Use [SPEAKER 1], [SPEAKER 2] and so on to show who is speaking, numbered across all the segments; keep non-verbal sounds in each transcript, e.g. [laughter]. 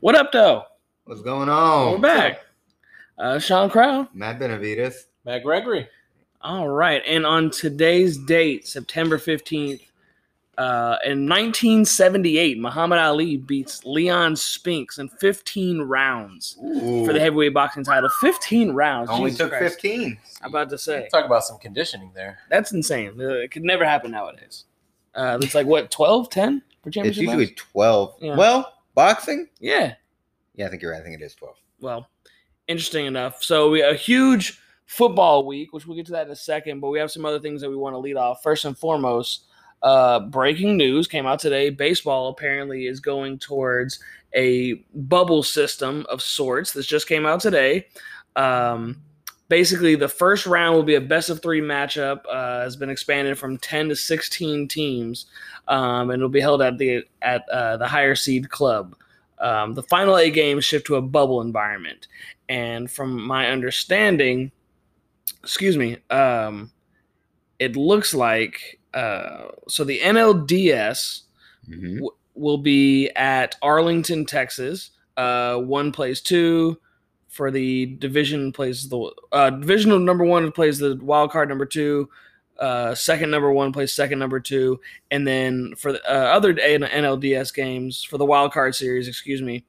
[SPEAKER 1] What up, though?
[SPEAKER 2] What's going
[SPEAKER 3] Oh,
[SPEAKER 2] on?
[SPEAKER 1] We're back. Uh, Sean Crow,
[SPEAKER 2] Matt Benavides.
[SPEAKER 3] Matt Gregory.
[SPEAKER 1] All right. And on today's date, September 15th, uh, in 1978, Muhammad Ali beats Leon Spinks in 15 rounds for the heavyweight boxing title. 15 rounds.
[SPEAKER 2] Only
[SPEAKER 1] Jesus
[SPEAKER 2] took
[SPEAKER 1] Christ.
[SPEAKER 2] 15.
[SPEAKER 1] I'm about to say.
[SPEAKER 3] Talk about some conditioning there.
[SPEAKER 1] That's insane. Uh, It could never happen nowadays. Uh, it's like, what, 12, 10 for
[SPEAKER 2] It's
[SPEAKER 1] championship?
[SPEAKER 2] usually
[SPEAKER 1] rounds?
[SPEAKER 2] 12.
[SPEAKER 1] Yeah.
[SPEAKER 2] Well, boxing?
[SPEAKER 1] Yeah.
[SPEAKER 2] Yeah, I think you're right. I think it is 12.
[SPEAKER 1] well, interesting enough. So we a huge football week, which we'll get to that in a second, but we have some other things that we want to lead off. First and foremost, uh, breaking news came out today. Baseball apparently is going towards a bubble system of sorts. This just came out today. Um, basically, the first round will be a best of three matchup. Uh, has been expanded from ten to sixteen teams, um, and it'll be held at the at uh, the higher seed club um, the final eight games shift to a bubble environment. And from my understanding, excuse me, um, it looks like uh, so the NLDS
[SPEAKER 2] Mm-hmm.
[SPEAKER 1] w- will be at Arlington, Texas. Uh, one plays two for the division plays the uh, divisional number one plays the wild card number two. Uh, second number one plays second number two, and then for the uh, other N- NLDS games for the wild card series, excuse me,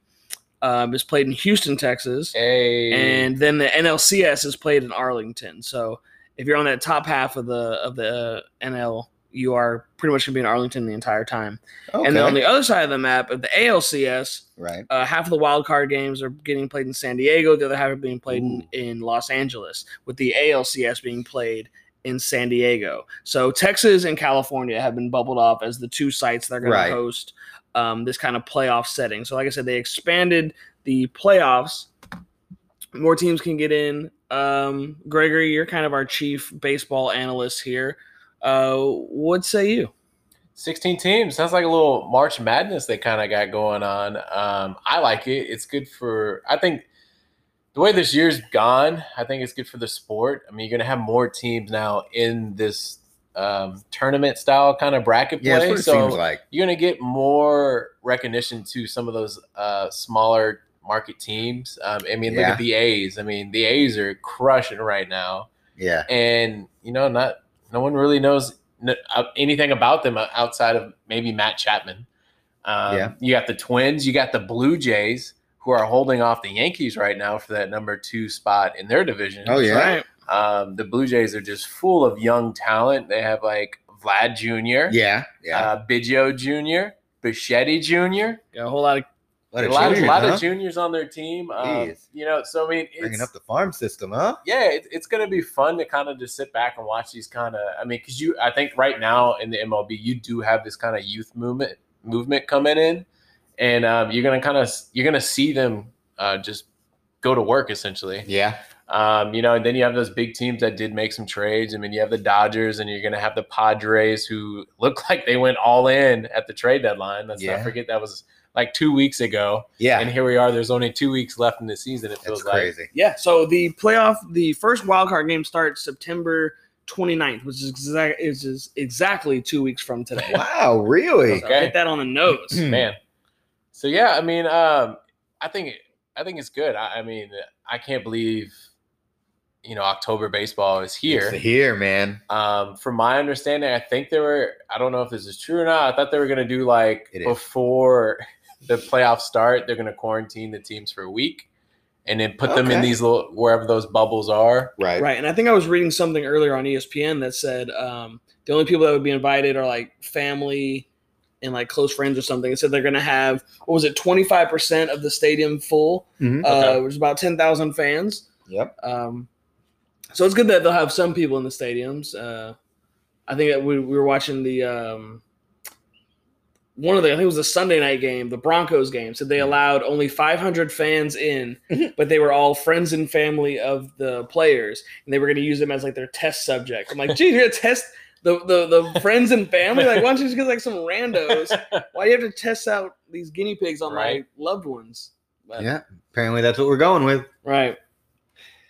[SPEAKER 1] um, is played in Houston, Texas,
[SPEAKER 3] Hey.
[SPEAKER 1] and then the NLCS is played in Arlington. So if you're on that top half of the of the NL, you are pretty much gonna be in Arlington the entire time.
[SPEAKER 2] Okay.
[SPEAKER 1] And then on the other side of the map, of the ALCS,
[SPEAKER 2] right.
[SPEAKER 1] uh, half of the wild card games are getting played in San Diego. The other half are being played in,
[SPEAKER 2] Ooh.
[SPEAKER 1] in Los Angeles, with the ALCS being played in San Diego. So Texas and California have been bubbled off as the two sites that are going
[SPEAKER 2] Right.
[SPEAKER 1] to host um, this kind of playoff setting. So, like I said, they expanded the playoffs. More teams can get in. Um, Gregory, you're kind of our chief baseball analyst here. Uh, what say you?
[SPEAKER 3] 16 teams. Sounds like a little March Madness they kind of got going on. Um, I like it. It's good for, I think, the way this year's gone, I think it's good for the sport. I mean, you're going to have more teams now in this um, tournament style kind of bracket
[SPEAKER 2] Yeah, that's
[SPEAKER 3] play.
[SPEAKER 2] what it
[SPEAKER 3] so
[SPEAKER 2] seems like.
[SPEAKER 3] you're going to get more recognition to some of those uh, smaller market teams. Um, I mean, look
[SPEAKER 2] Yeah.
[SPEAKER 3] at the A's. I mean, the A's are crushing right now.
[SPEAKER 2] Yeah.
[SPEAKER 3] and you know, not no one really knows n- uh, anything about them uh, outside of maybe Matt Chapman. Um,
[SPEAKER 2] Yeah.
[SPEAKER 3] You got the Twins, you got the Blue Jays, who are holding off the Yankees right now for that number two spot in their division.
[SPEAKER 2] Oh, yeah.
[SPEAKER 1] Right.
[SPEAKER 3] Um, the Blue Jays are just full of young talent. They have like Vlad Jr.,
[SPEAKER 2] Yeah. Yeah.
[SPEAKER 3] uh, Biggio Jr., Bichetti Jr.
[SPEAKER 1] Got a whole lot of
[SPEAKER 2] What
[SPEAKER 3] a lot,
[SPEAKER 2] junior,
[SPEAKER 3] lot
[SPEAKER 2] huh?
[SPEAKER 3] of juniors on their team. Um,
[SPEAKER 2] Jeez.
[SPEAKER 3] you know, so I mean, it's,
[SPEAKER 2] Bringing up the farm system, huh?
[SPEAKER 3] yeah, it, it's going to be fun to kind of just sit back and watch these kind of. I mean, because you, I think right now in the MLB, you do have this kind of youth movement movement coming in, and um, you're gonna kind of you're gonna see them uh, just go to work essentially.
[SPEAKER 2] Yeah.
[SPEAKER 3] Um, you know, and then you have those big teams that did make some trades. I mean, you have the Dodgers, and you're going to have the Padres, who look [laughs] like they went all in at the trade deadline. Let's
[SPEAKER 2] Yeah.
[SPEAKER 3] not forget that was like two weeks ago,
[SPEAKER 2] Yeah.
[SPEAKER 3] and here we are. There's only two weeks left in the season. It
[SPEAKER 2] that's
[SPEAKER 3] feels like.
[SPEAKER 2] crazy.
[SPEAKER 1] Yeah, so the playoff, the first wild card game starts September 29th, which is, exact, is, is exactly two weeks from today.
[SPEAKER 2] Wow, really?
[SPEAKER 1] So Hit that on the nose.
[SPEAKER 2] Hmm.
[SPEAKER 3] man. So yeah, I mean, um, I think I think it's good. I, I mean, I can't believe you know October baseball is here.
[SPEAKER 2] It's here, man.
[SPEAKER 3] Um, from my understanding, I think they were. I don't know if this is true or not. I thought they were going to do like
[SPEAKER 2] It is.
[SPEAKER 3] before the playoffs start, they're going to quarantine the teams for a week, and then put them in
[SPEAKER 2] Okay.
[SPEAKER 3] these little wherever those bubbles are.
[SPEAKER 2] Right.
[SPEAKER 1] Right, and I think I was reading something earlier on E ESPN that said um, the only people that would be invited are like family and like close friends or something. It said they're going to have, what was it, 25% of the stadium full,
[SPEAKER 2] Mhm.
[SPEAKER 3] Okay.
[SPEAKER 1] uh, which is about 10,000 fans.
[SPEAKER 2] Yep.
[SPEAKER 1] Um, so it's good that they'll have some people in the stadiums. Uh, I think that we, we were watching the um, one of the I think it was the Sunday night game, the Broncos game. So they allowed only 500 fans in, but they were all friends and family of the players, and they were going to use them as like their test subject. I'm like, geez, you're gonna test the the, the friends and family. Like, why don't you just get like some
[SPEAKER 3] [laughs]
[SPEAKER 1] randos? Why do you have to test out these guinea pigs on
[SPEAKER 3] Right.
[SPEAKER 1] my loved ones? But-
[SPEAKER 3] Uh,
[SPEAKER 2] Yeah. Apparently that's what we're going with.
[SPEAKER 1] Right.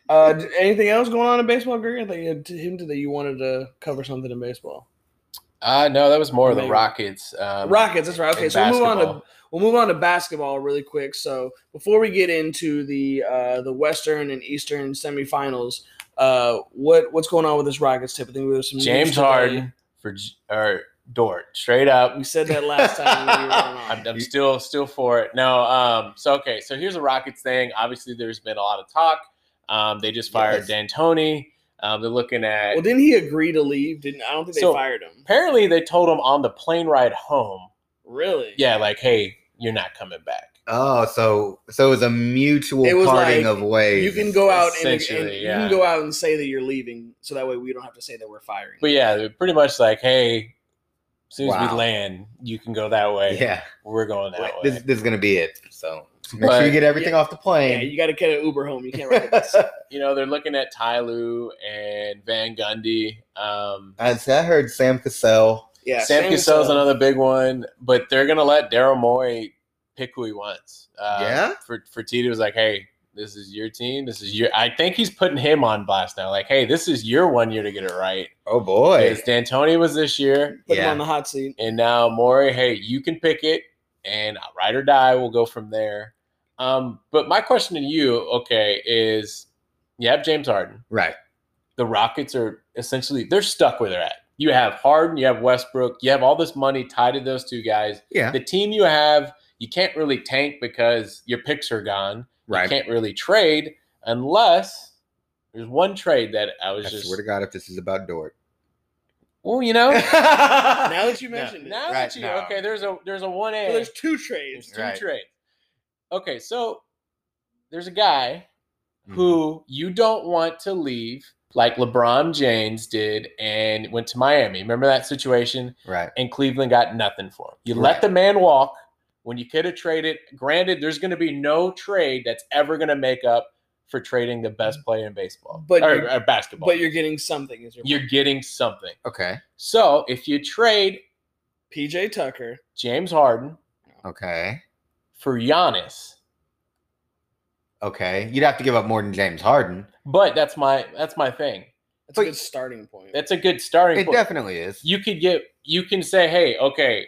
[SPEAKER 1] Uh, d- anything else going on in baseball, Greg? I think you had hinted that you wanted to cover something in baseball.
[SPEAKER 3] Uh, no, that was more of the
[SPEAKER 1] Maybe.
[SPEAKER 3] Rockets. Um,
[SPEAKER 1] Rockets. That's right.
[SPEAKER 3] and
[SPEAKER 1] Okay, so we'll move on to
[SPEAKER 3] basketball.
[SPEAKER 1] we'll move on to basketball really quick. So before we get into the uh, the Western and Eastern semifinals, uh, what what's going on with this Rockets tip? I think there's some news
[SPEAKER 3] James
[SPEAKER 1] today.
[SPEAKER 3] Harden for J- or Dort straight up.
[SPEAKER 1] We said that last time. we were on.
[SPEAKER 3] [laughs] I'm, I'm still still for it. No, um, so okay, so here's the Rockets thing. Obviously, there's been a lot of talk. Um, they just fired
[SPEAKER 2] Yes.
[SPEAKER 3] D'Antoni. Um, they're looking at.
[SPEAKER 1] Well, didn't he agree to leave? Didn't I don't think they
[SPEAKER 3] So-
[SPEAKER 1] fired him.
[SPEAKER 3] apparently, they told him on the plane ride home.
[SPEAKER 1] Really?
[SPEAKER 3] Yeah, like, hey, you're not coming back.
[SPEAKER 2] Oh, so so it was a mutual
[SPEAKER 1] It was
[SPEAKER 2] parting
[SPEAKER 1] like,
[SPEAKER 2] of ways.
[SPEAKER 1] You can go out and,
[SPEAKER 3] Essentially,
[SPEAKER 1] and you
[SPEAKER 3] yeah.
[SPEAKER 1] can go out and say that you're leaving, so that way we don't have to say that we're firing.
[SPEAKER 3] But yeah, they're pretty much like, hey, as soon as
[SPEAKER 2] Wow.
[SPEAKER 3] we land, you can go that way.
[SPEAKER 2] Yeah,
[SPEAKER 3] We're going that way.
[SPEAKER 2] this, this is gonna be it. So make
[SPEAKER 3] But-
[SPEAKER 2] sure you get everything off the
[SPEAKER 1] yeah,
[SPEAKER 2] plane.
[SPEAKER 1] you got to get an Uber home. You can't ride
[SPEAKER 3] [laughs]
[SPEAKER 1] this.
[SPEAKER 3] you know, they're looking at Ty Lue and Van Gundy. Um,
[SPEAKER 2] I, I heard Sam Cassell.
[SPEAKER 1] Yeah,
[SPEAKER 3] Sam
[SPEAKER 1] same uh,
[SPEAKER 3] Cassell's
[SPEAKER 1] stuff.
[SPEAKER 3] another big one, but they're gonna let Daryl Morey pick who he wants. Uh,
[SPEAKER 2] Yeah?
[SPEAKER 3] For for Tito was like, hey, this is your team. This is your. I think he's putting him on blast now. Like, hey, this is your one year to get it right.
[SPEAKER 2] Oh boy,
[SPEAKER 3] Because D'Antoni was this year,
[SPEAKER 1] Put him
[SPEAKER 2] Yeah.
[SPEAKER 1] on the hot
[SPEAKER 3] [laughs]
[SPEAKER 1] seat.
[SPEAKER 3] and now Morey. Hey, you can pick it, and ride or die. We'll go from there. Um, but my question to you, okay, is you have James Harden.
[SPEAKER 2] right?
[SPEAKER 3] the Rockets are essentially they're stuck where they're at. You have Harden, you have Westbrook, you have all this money tied to those two guys.
[SPEAKER 2] Yeah,
[SPEAKER 3] The team you have, you can't really tank because your picks are gone. You
[SPEAKER 2] right.
[SPEAKER 3] can't really trade unless there's one trade that I was
[SPEAKER 2] I
[SPEAKER 3] just
[SPEAKER 2] swear to God, if this is about Dort.
[SPEAKER 3] well,
[SPEAKER 2] [laughs]
[SPEAKER 3] you know. [laughs]
[SPEAKER 1] Now that you
[SPEAKER 2] No.
[SPEAKER 1] mentioned it,
[SPEAKER 3] now
[SPEAKER 2] Right,
[SPEAKER 3] that you
[SPEAKER 2] no.
[SPEAKER 3] okay, there's a there's a one
[SPEAKER 1] So
[SPEAKER 3] A.
[SPEAKER 1] there's two
[SPEAKER 3] There's
[SPEAKER 1] trades.
[SPEAKER 3] two
[SPEAKER 2] Right.
[SPEAKER 3] trades. Okay, so there's a guy
[SPEAKER 2] Mm, Mm-hmm.
[SPEAKER 3] who you don't want to leave like LeBron James did and went to Miami. Remember that situation?
[SPEAKER 2] right?
[SPEAKER 3] And Cleveland got nothing for him. You let
[SPEAKER 2] Right.
[SPEAKER 3] the man walk when you could have traded. Granted, there's going to be no trade that's ever going to make up for trading the best player in baseball
[SPEAKER 1] Mm. But
[SPEAKER 3] or,
[SPEAKER 1] you're-
[SPEAKER 3] or basketball.
[SPEAKER 1] But you're getting something. Is your
[SPEAKER 3] you're getting something.
[SPEAKER 2] Okay,
[SPEAKER 3] So if you trade
[SPEAKER 1] PJ Tucker?
[SPEAKER 3] James Harden
[SPEAKER 2] okay,
[SPEAKER 3] for Giannis,
[SPEAKER 2] okay. You'd have to give up more than James Harden.
[SPEAKER 3] but that's my that's my thing.
[SPEAKER 1] That's a
[SPEAKER 2] But-
[SPEAKER 1] good starting point.
[SPEAKER 3] That's a good starting
[SPEAKER 2] It
[SPEAKER 3] point.
[SPEAKER 2] definitely is.
[SPEAKER 3] you could get you can say, hey, okay,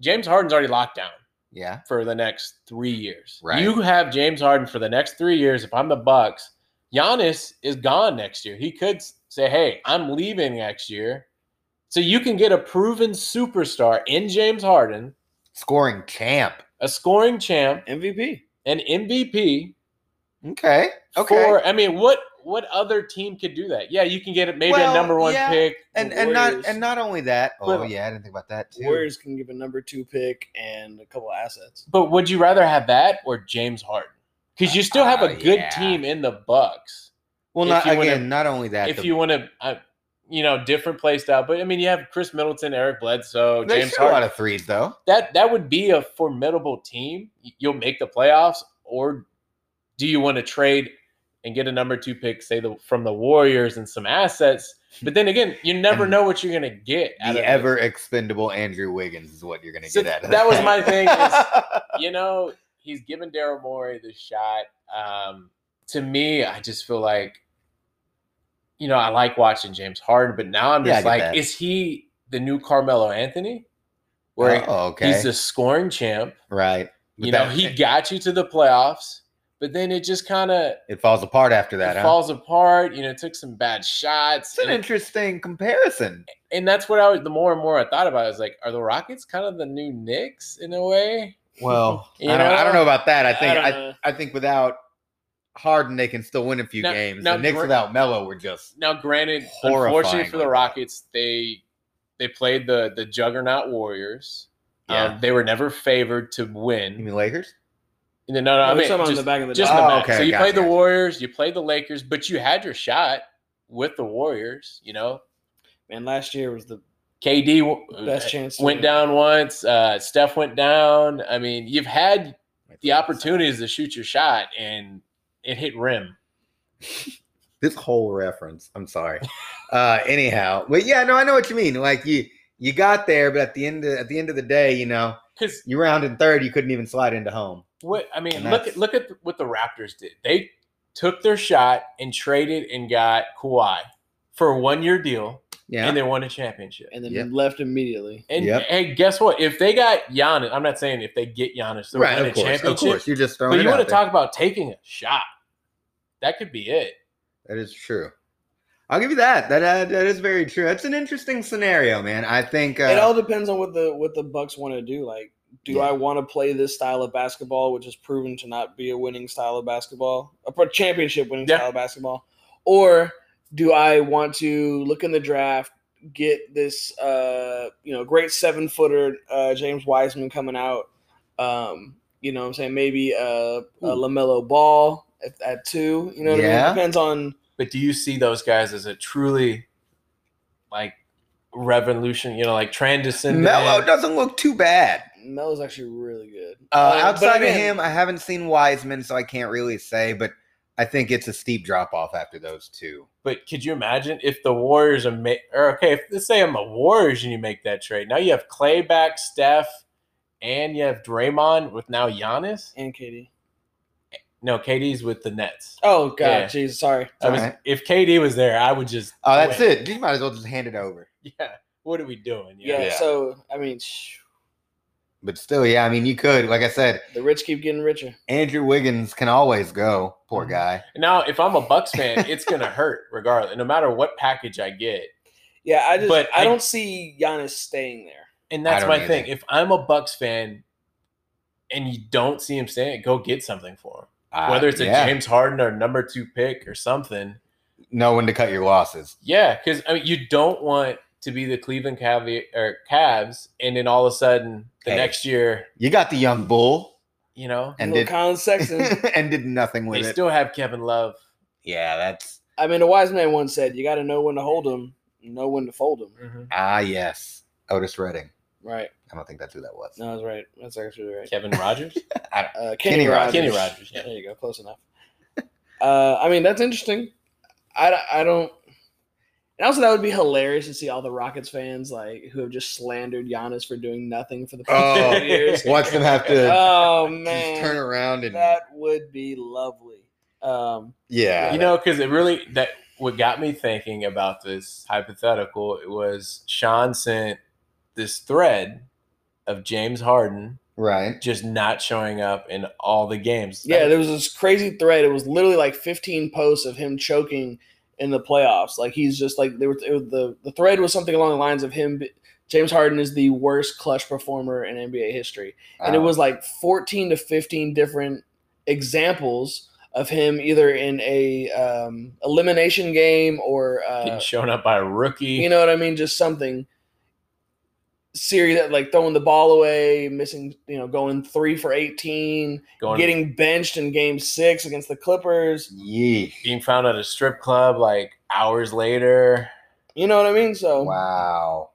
[SPEAKER 3] James Harden's already locked down
[SPEAKER 2] Yeah,
[SPEAKER 3] for the next three years.
[SPEAKER 2] Right.
[SPEAKER 3] You have James Harden for the next three years. If I'm the Bucks, Giannis is gone next year. He could s- say, hey, I'm leaving next year. So you can get a proven superstar in James Harden,
[SPEAKER 2] scoring champ.
[SPEAKER 3] a scoring champ,
[SPEAKER 1] MVP.
[SPEAKER 3] an MVP.
[SPEAKER 2] Okay, okay.
[SPEAKER 3] For I mean, what what other team could do that? Yeah, you can get it maybe
[SPEAKER 2] Well,
[SPEAKER 3] a number one
[SPEAKER 2] yeah.
[SPEAKER 3] pick.
[SPEAKER 2] and and not
[SPEAKER 1] Warriors.
[SPEAKER 2] and not only that. Oh
[SPEAKER 3] But-
[SPEAKER 2] yeah, I didn't think about that too.
[SPEAKER 1] Warriors can give a number two pick and a couple assets.
[SPEAKER 3] But would you rather have that or James Harden? Because you still have a
[SPEAKER 2] Uh,
[SPEAKER 3] good
[SPEAKER 2] yeah.
[SPEAKER 3] team in the Bucks.
[SPEAKER 2] Well,
[SPEAKER 3] if
[SPEAKER 2] not
[SPEAKER 3] you
[SPEAKER 2] again.
[SPEAKER 3] wanna-
[SPEAKER 2] not only that.
[SPEAKER 3] if
[SPEAKER 2] the-
[SPEAKER 3] you want to, uh, you know, different play style. But I mean, you have Chris Middleton, Eric Bledsoe,
[SPEAKER 2] they
[SPEAKER 3] James
[SPEAKER 2] shoot a lot
[SPEAKER 3] Harden.
[SPEAKER 2] of threes though.
[SPEAKER 3] that that would be a formidable team. Y- You'll make the playoffs, or do you want to trade and get a number two pick, say the from the Warriors and some assets?
[SPEAKER 2] [laughs]
[SPEAKER 3] But then again, you never
[SPEAKER 2] And
[SPEAKER 3] know what you're gonna get. out
[SPEAKER 2] The
[SPEAKER 3] of it.
[SPEAKER 2] ever expendable Andrew Wiggins is what you're going to
[SPEAKER 3] So
[SPEAKER 2] get out of
[SPEAKER 3] that was
[SPEAKER 2] that.
[SPEAKER 3] my thing
[SPEAKER 2] [laughs]
[SPEAKER 3] is- you know, he's given Daryl Morey the shot. Um, to me, I just feel like, you know, I like watching James Harden, but now I'm
[SPEAKER 2] Yeah, I
[SPEAKER 3] just
[SPEAKER 2] get
[SPEAKER 3] like,
[SPEAKER 2] that.
[SPEAKER 3] is he the new Carmelo Anthony? Where
[SPEAKER 2] oh, okay.
[SPEAKER 3] he's the scoring champ.
[SPEAKER 2] right. But
[SPEAKER 3] You know,
[SPEAKER 2] that- eh
[SPEAKER 3] he got you to the playoffs, but then it just kind of
[SPEAKER 2] it falls apart after that. Huh?
[SPEAKER 3] falls apart. You know, took some bad shots.
[SPEAKER 2] it's an
[SPEAKER 3] And,
[SPEAKER 2] interesting
[SPEAKER 3] [laughs]
[SPEAKER 2] comparison.
[SPEAKER 3] and that's what I was, the more and more I thought about it, I was like, are the Rockets kind of the new Knicks in a way?
[SPEAKER 2] Well,
[SPEAKER 3] You
[SPEAKER 2] I, don't, I don't
[SPEAKER 3] know?
[SPEAKER 2] know about that. I think
[SPEAKER 1] don't
[SPEAKER 2] I,
[SPEAKER 1] know.
[SPEAKER 2] I, think without Harden, they can still win a few
[SPEAKER 3] Now-
[SPEAKER 2] games.
[SPEAKER 3] now
[SPEAKER 2] the Knicks
[SPEAKER 3] Gr-
[SPEAKER 2] without Melo were just
[SPEAKER 3] Now, granted,
[SPEAKER 2] Horrifying
[SPEAKER 3] unfortunately for the
[SPEAKER 2] like that.
[SPEAKER 3] Rockets, they they played the the juggernaut Warriors.
[SPEAKER 2] Yeah.
[SPEAKER 3] Um, they were never favored to
[SPEAKER 2] you
[SPEAKER 3] win.
[SPEAKER 2] mean Lakers?
[SPEAKER 3] No, no, I
[SPEAKER 1] We're
[SPEAKER 3] mean
[SPEAKER 1] talking about
[SPEAKER 3] just,
[SPEAKER 1] in the back of the
[SPEAKER 3] just
[SPEAKER 1] dome.
[SPEAKER 3] in the
[SPEAKER 2] Oh,
[SPEAKER 3] back.
[SPEAKER 2] okay,
[SPEAKER 3] so you
[SPEAKER 2] gotcha,
[SPEAKER 3] played the
[SPEAKER 2] gotcha.
[SPEAKER 3] Warriors, you played the Lakers, but you had your shot with the Warriors. You know,
[SPEAKER 1] Man, last year was the
[SPEAKER 3] KD w-
[SPEAKER 1] best chance. to
[SPEAKER 3] went
[SPEAKER 1] win.
[SPEAKER 3] down once. Uh, Steph went down. I mean, you've had
[SPEAKER 2] opportunity.
[SPEAKER 3] the opportunities to shoot your shot, and it hit rim.
[SPEAKER 2] this whole reference. I'm sorry. Uh anyhow, but yeah, no, I know what you mean. Like you you got there, but at the end of, at the end of the day, you know,
[SPEAKER 3] Because
[SPEAKER 2] you rounded third, you couldn't even slide into home.
[SPEAKER 3] What I mean,
[SPEAKER 2] And
[SPEAKER 3] look
[SPEAKER 2] that's-
[SPEAKER 3] at look at what the Raptors did. They took their shot and traded and got Kawhi for a one year deal,
[SPEAKER 2] Yeah.
[SPEAKER 3] and they won a championship.
[SPEAKER 1] and then
[SPEAKER 2] Yep.
[SPEAKER 1] left immediately.
[SPEAKER 3] And
[SPEAKER 2] Yep.
[SPEAKER 3] hey, guess what? If they got Giannis, I'm not saying if they get Giannis, they'll
[SPEAKER 2] right.
[SPEAKER 3] win a
[SPEAKER 2] Of course. Of
[SPEAKER 3] championship.
[SPEAKER 2] course. You're just throwing
[SPEAKER 3] But
[SPEAKER 2] it
[SPEAKER 3] you
[SPEAKER 2] out
[SPEAKER 3] want to
[SPEAKER 2] there.
[SPEAKER 3] talk about taking a shot? That could be it.
[SPEAKER 2] That is true. I'll give you that. That uh, that is very true. That's an interesting scenario, man. I think. Uh,
[SPEAKER 1] it all depends on what the what the Bucks want to do. Like, do
[SPEAKER 2] Yeah.
[SPEAKER 1] I want to play this style of basketball, which is proven to not be a winning style of basketball, a pro- championship winning
[SPEAKER 3] Yeah.
[SPEAKER 1] style of basketball, or do I want to look in the draft, get this uh, you know great seven footer uh, James Wiseman coming out? Um, you know, what I'm saying maybe uh, a Lamelo Ball at, at two. You know, what I
[SPEAKER 2] Yeah.
[SPEAKER 1] mean? depends on.
[SPEAKER 3] But do you see those guys as a truly like revolution? You know, like transcendent.
[SPEAKER 2] Melo doesn't look too bad.
[SPEAKER 1] Melo's actually really good.
[SPEAKER 2] Uh,
[SPEAKER 1] Like, but
[SPEAKER 2] outside
[SPEAKER 1] again,
[SPEAKER 2] of him, I haven't seen Wiseman, so I can't really say. But I think it's a steep drop off after those two.
[SPEAKER 3] But could you imagine if the Warriors are ma- or okay, if, let's say I'm the Warriors and you make that trade. Now you have Clay back, Steph, and you have Draymond with now Giannis.
[SPEAKER 1] and KD.
[SPEAKER 3] No, KD's with the Nets.
[SPEAKER 1] Oh God,
[SPEAKER 3] Yeah.
[SPEAKER 1] jeez, sorry.
[SPEAKER 3] I was-
[SPEAKER 2] Alright.
[SPEAKER 3] If KD was there, I would just.
[SPEAKER 2] Oh, that's
[SPEAKER 3] quit.
[SPEAKER 2] it. You might as well just hand it over.
[SPEAKER 3] [laughs] Yeah. What are we doing?
[SPEAKER 1] Yeah,
[SPEAKER 2] Yeah.
[SPEAKER 1] So I mean, sh-
[SPEAKER 2] But still, yeah. I mean, you could, like I said,
[SPEAKER 1] the rich keep getting richer.
[SPEAKER 2] Andrew Wiggins can always go.
[SPEAKER 1] Mm-hmm.
[SPEAKER 2] Poor guy.
[SPEAKER 3] Now, if I'm a Bucks fan, it's gonna hurt [laughs] regardless, no matter what package I get.
[SPEAKER 1] Yeah, I just
[SPEAKER 3] But
[SPEAKER 1] I,
[SPEAKER 3] I-
[SPEAKER 1] don't see Giannis staying there.
[SPEAKER 3] And
[SPEAKER 2] I
[SPEAKER 3] that's
[SPEAKER 2] don't
[SPEAKER 3] my
[SPEAKER 2] either.
[SPEAKER 3] thing. If I'm a Bucks fan and you don't see him staying, go get something for him.
[SPEAKER 2] Uh,
[SPEAKER 3] Whether it's a
[SPEAKER 2] yeah,
[SPEAKER 3] James Harden or number two pick or something.
[SPEAKER 2] know when to cut your losses.
[SPEAKER 3] Yeah, because I mean, you don't want to be the Cleveland Cavi- or Cavs, and then all of a sudden the
[SPEAKER 2] Hey.
[SPEAKER 3] next year,
[SPEAKER 2] You got the young bull
[SPEAKER 3] you know,
[SPEAKER 2] and
[SPEAKER 1] Little
[SPEAKER 2] did
[SPEAKER 1] Colin
[SPEAKER 2] [laughs]
[SPEAKER 1] Sexton.
[SPEAKER 2] and did nothing
[SPEAKER 3] they
[SPEAKER 2] with it.
[SPEAKER 3] still have Kevin Love.
[SPEAKER 2] yeah, that's
[SPEAKER 1] I mean, a wise man once said, "You got to know when to hold 'em, know when to fold 'em."
[SPEAKER 2] ah yes, Otis Redding.
[SPEAKER 1] Right?
[SPEAKER 2] I don't think that's who that was.
[SPEAKER 1] No, that's right. That's actually right. [laughs]
[SPEAKER 3] Kevin Rogers,
[SPEAKER 1] Uh, Kenny,
[SPEAKER 2] Kenny
[SPEAKER 1] Rogers.
[SPEAKER 2] Rogers.
[SPEAKER 3] Kenny Rogers.
[SPEAKER 1] Yeah,
[SPEAKER 3] Yeah.
[SPEAKER 1] there you go. Close enough. Uh, I mean, that's interesting. I, d- I don't. And also, that would be hilarious to see all the Rockets fans like who have just slandered Giannis for doing nothing for the past
[SPEAKER 2] Oh.
[SPEAKER 1] four
[SPEAKER 2] [laughs]
[SPEAKER 1] years.
[SPEAKER 2] Watch them have to
[SPEAKER 1] Oh
[SPEAKER 2] just turn
[SPEAKER 1] man,
[SPEAKER 2] around and
[SPEAKER 1] that would be lovely. Um,
[SPEAKER 2] yeah,
[SPEAKER 3] you know, because it really that what got me thinking about this hypothetical. It was Sean sent this thread of James Harden
[SPEAKER 2] right?
[SPEAKER 3] just not showing up in all the games.
[SPEAKER 1] Yeah, there was this crazy thread. It was literally like 15 posts of him choking in the playoffs. Like he's just like there were it was- the the thread was something along the lines of him. be- James Harden is the worst clutch performer in NBA history, and it
[SPEAKER 2] Wow.
[SPEAKER 1] was like 14 to 15 different examples of him either in a um, elimination game or
[SPEAKER 3] getting
[SPEAKER 1] uh,
[SPEAKER 3] shown up by a rookie.
[SPEAKER 1] you know what I mean, just something serious that like throwing the ball away, missing, you know, going three for 18
[SPEAKER 3] going
[SPEAKER 1] getting benched in game six against the Clippers.
[SPEAKER 2] Yeesh.
[SPEAKER 3] being found at a strip club like hours later.
[SPEAKER 1] You know what I mean? So
[SPEAKER 2] Wow.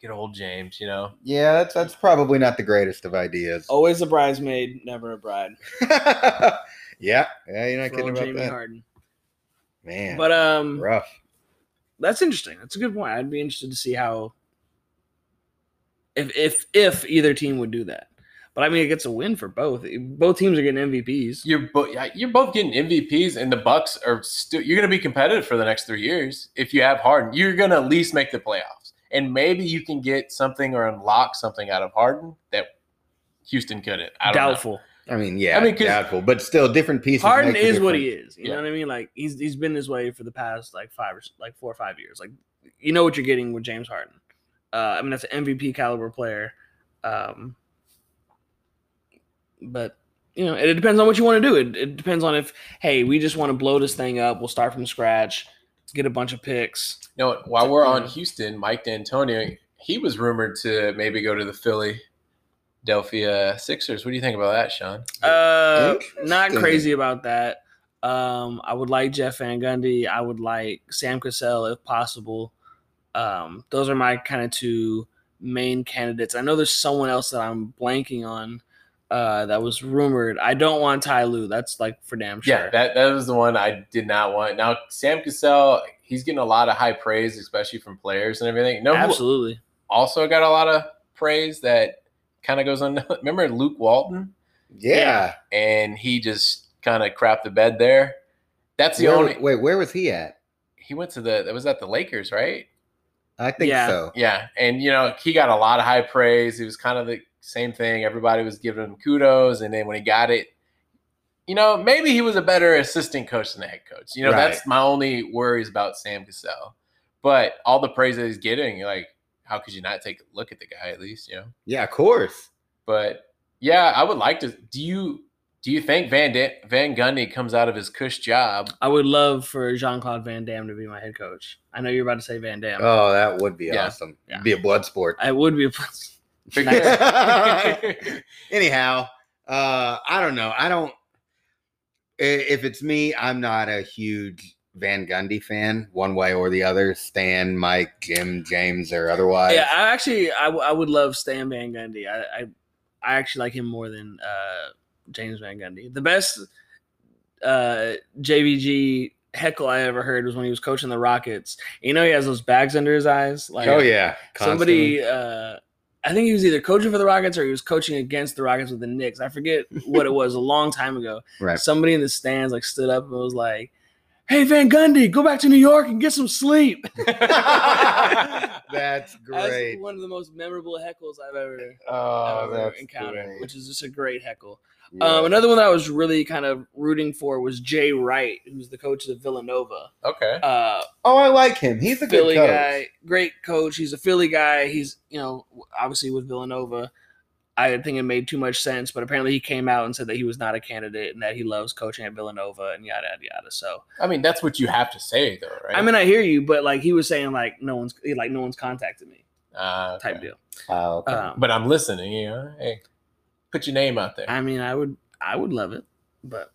[SPEAKER 3] Get old James, you know.
[SPEAKER 2] Yeah, that's that's probably not the greatest of ideas.
[SPEAKER 1] always a bridesmaid, never a bride.
[SPEAKER 2] yeah, [laughs] yeah, you're
[SPEAKER 1] For
[SPEAKER 2] not kidding
[SPEAKER 1] old
[SPEAKER 2] about
[SPEAKER 1] Jamie
[SPEAKER 2] that,
[SPEAKER 1] Harden.
[SPEAKER 2] man.
[SPEAKER 1] But um
[SPEAKER 2] rough.
[SPEAKER 1] that's interesting. That's a good point. I'd be interested to see how if if if either team would do that. But I mean it gets a win for both. Both teams are getting MVPs.
[SPEAKER 3] You're both you're both getting MVPs, and the Bucks are still. You're going to be competitive for the next three years if you have Harden. You're going to at least make the playoffs, and maybe you can get something or unlock something out of Harden that Houston couldn't. I don't know.
[SPEAKER 1] Doubtful.
[SPEAKER 2] I mean, yeah,
[SPEAKER 3] I mean, 'cause-
[SPEAKER 2] doubtful, but still, different pieces.
[SPEAKER 1] Harden
[SPEAKER 2] make the
[SPEAKER 1] is what he
[SPEAKER 2] difference.
[SPEAKER 1] is. You
[SPEAKER 3] Yeah.
[SPEAKER 1] know what I mean? Like he's he's been this way for the past like five or s- like four or five years. Like you know what you're getting with James Harden. Uh, I mean that's an MVP caliber player. Um, but you know it, it depends on what you want to do. It, it depends on if hey we just want to blow this thing up. We'll start from scratch. Get a bunch of picks.
[SPEAKER 3] You know, while we're on
[SPEAKER 1] Yeah.
[SPEAKER 3] Houston, Mike D'Antonio, he was rumored to maybe go to the Philly, Delphia Sixers. What do you think about that, Sean?
[SPEAKER 1] Uh, not
[SPEAKER 2] Interesting.
[SPEAKER 1] crazy about that. Um, I would like Jeff Van Gundy. I would like Sam Cassell if possible. Um, those are my kind of two main candidates. I know there's someone else that I'm blanking on uh, that was rumored. I don't want Ty Lue. That's like for damn sure.
[SPEAKER 3] Yeah, that that was the one I did not want. Now Sam Cassell, he's getting a lot of high praise, especially from players and everything. No, who
[SPEAKER 1] Absolutely.
[SPEAKER 3] also got a lot of praise [laughs] that kind of goes on. Remember Luke Walton,
[SPEAKER 2] Yeah,
[SPEAKER 3] and he just kind of crap the bed there. That's the
[SPEAKER 2] Where-
[SPEAKER 3] only.
[SPEAKER 2] wait, where was he at?
[SPEAKER 3] He went to the. That was at the Lakers, right?
[SPEAKER 2] I think
[SPEAKER 1] Yeah.
[SPEAKER 2] so.
[SPEAKER 3] Yeah, and you know he got a lot of high praise. It was kind of the same thing. Everybody was giving him kudos, and then when he got it, you know maybe he was a better assistant coach than the head coach. You know
[SPEAKER 2] Right.
[SPEAKER 3] that's my only worries about Sam Cassell. But all the praise that he's getting, you're like, how could you not take a look at the guy at least? You know.
[SPEAKER 2] Yeah, of course.
[SPEAKER 3] But yeah, I would like to. Do you do you think Van da- Van Gundy comes out of his cush
[SPEAKER 2] [laughs]
[SPEAKER 3] job?
[SPEAKER 1] I would love for Jean Claude Van Damme to be my head coach. I know you're about to say Van Damme.
[SPEAKER 3] Uh,
[SPEAKER 2] Oh, that would be
[SPEAKER 3] Yeah.
[SPEAKER 2] awesome.
[SPEAKER 1] Yeah.
[SPEAKER 2] Be a blood sport.
[SPEAKER 1] I would be. A,
[SPEAKER 3] Because-
[SPEAKER 2] [laughs] Anyhow, uh, I don't know. I don't. i- If it's me, I'm not a huge Van Gundy fan, one way or the other. Stan, Mike, Jim, James, or otherwise.
[SPEAKER 1] yeah, I actually, I, w- I would love Stan Van Gundy. I, I, I actually like him more than uh, James Van Gundy. The best uh, JVG heckle I ever heard was when he was coaching the Rockets. You know, he has those bags under his eyes. Like,
[SPEAKER 2] oh yeah. Constantly.
[SPEAKER 1] somebody uh I think he was either coaching for the Rockets or he was coaching against the Rockets with the Knicks. I forget what it was a long time ago.
[SPEAKER 2] [laughs] Right.
[SPEAKER 1] Somebody in the stands like stood up and was like, Hey Van Gundy, go back to New York and get some sleep. [laughs]
[SPEAKER 2] [laughs] Uh, That's great.
[SPEAKER 1] That's one of the most memorable heckles I've ever,
[SPEAKER 3] oh,
[SPEAKER 1] ever
[SPEAKER 3] that's
[SPEAKER 1] encountered,
[SPEAKER 3] great.
[SPEAKER 1] which is just a great heckle.
[SPEAKER 2] Yeah.
[SPEAKER 1] Um, another one that I was really kind of rooting for was Jay Wright, who's the coach of Villanova.
[SPEAKER 3] okay.
[SPEAKER 1] Uh,
[SPEAKER 2] oh, I like him. He's a good
[SPEAKER 1] Philly
[SPEAKER 2] coach.
[SPEAKER 1] guy, great coach. He's a Philly guy. He's you know obviously with Villanova. I think it made too much sense, but apparently he came out and said that he was not a candidate and that he loves coaching at Villanova and yada yada yada. So
[SPEAKER 3] I mean, that's what you have to say, though, right?
[SPEAKER 1] I mean, I hear you, but like he was saying, like no one's like no one's contacted me
[SPEAKER 3] uh, okay.
[SPEAKER 1] type deal.
[SPEAKER 2] Oh, okay.
[SPEAKER 1] Um,
[SPEAKER 3] But I'm listening. You know, hey, put your name out there.
[SPEAKER 1] I mean, I would I would love it, but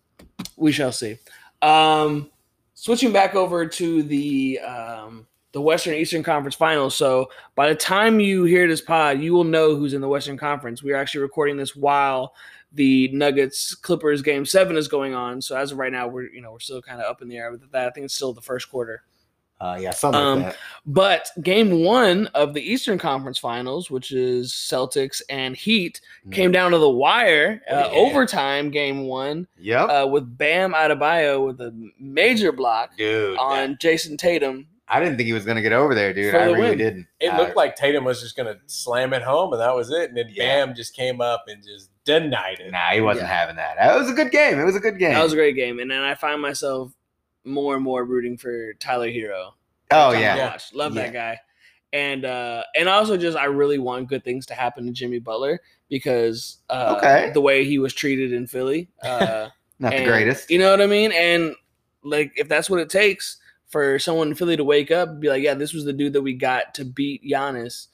[SPEAKER 1] we shall see. Um, switching back over to the um, the Western Eastern Conference Finals. So by the time you hear this pod, you will know who's in the Western Conference. We are actually recording this while the Nuggets Clippers Game Seven is going on. So as of right now, we're you know we're still kind of up in the air with that. I think it's still the first quarter.
[SPEAKER 2] uh, yeah, something
[SPEAKER 1] um,
[SPEAKER 2] like that.
[SPEAKER 1] But Game One of the Eastern Conference Finals, which is Celtics and Heat,
[SPEAKER 2] Hmm.
[SPEAKER 1] came down to the wire,
[SPEAKER 2] Oh,
[SPEAKER 1] uh,
[SPEAKER 3] Yeah.
[SPEAKER 1] overtime game one,
[SPEAKER 2] Yep.
[SPEAKER 1] uh, with Bam Adebayo with a major block
[SPEAKER 2] dude,
[SPEAKER 1] on Jason Tatum.
[SPEAKER 2] I didn't think he was gonna get over there, dude.
[SPEAKER 1] For
[SPEAKER 2] I
[SPEAKER 1] the
[SPEAKER 2] really
[SPEAKER 1] win.
[SPEAKER 2] didn't. Uh,
[SPEAKER 3] it
[SPEAKER 2] I-
[SPEAKER 3] looked like Tatum was just gonna slam it home, and that was it. And then
[SPEAKER 2] Yeah.
[SPEAKER 3] Bam just came up and just denied it.
[SPEAKER 2] Nah, he wasn't
[SPEAKER 1] Yeah.
[SPEAKER 2] having that. It was a good game. It was a good game.
[SPEAKER 1] That was a great game, and then I find myself more and more rooting for Tyler Hero.
[SPEAKER 2] oh
[SPEAKER 1] Every time I
[SPEAKER 2] yeah.
[SPEAKER 3] Yeah.
[SPEAKER 1] watch. love
[SPEAKER 2] Yeah.
[SPEAKER 1] that guy, and uh, and also just I really want good things to happen to Jimmy Butler because uh,
[SPEAKER 2] Okay.
[SPEAKER 1] the way he was treated in Philly. Uh,
[SPEAKER 2] Not the
[SPEAKER 1] And-
[SPEAKER 2] greatest.
[SPEAKER 1] You know what I mean? And like, if that's what it takes for someone in Philly to wake up and be like, yeah, this was the dude that we got to beat Giannis,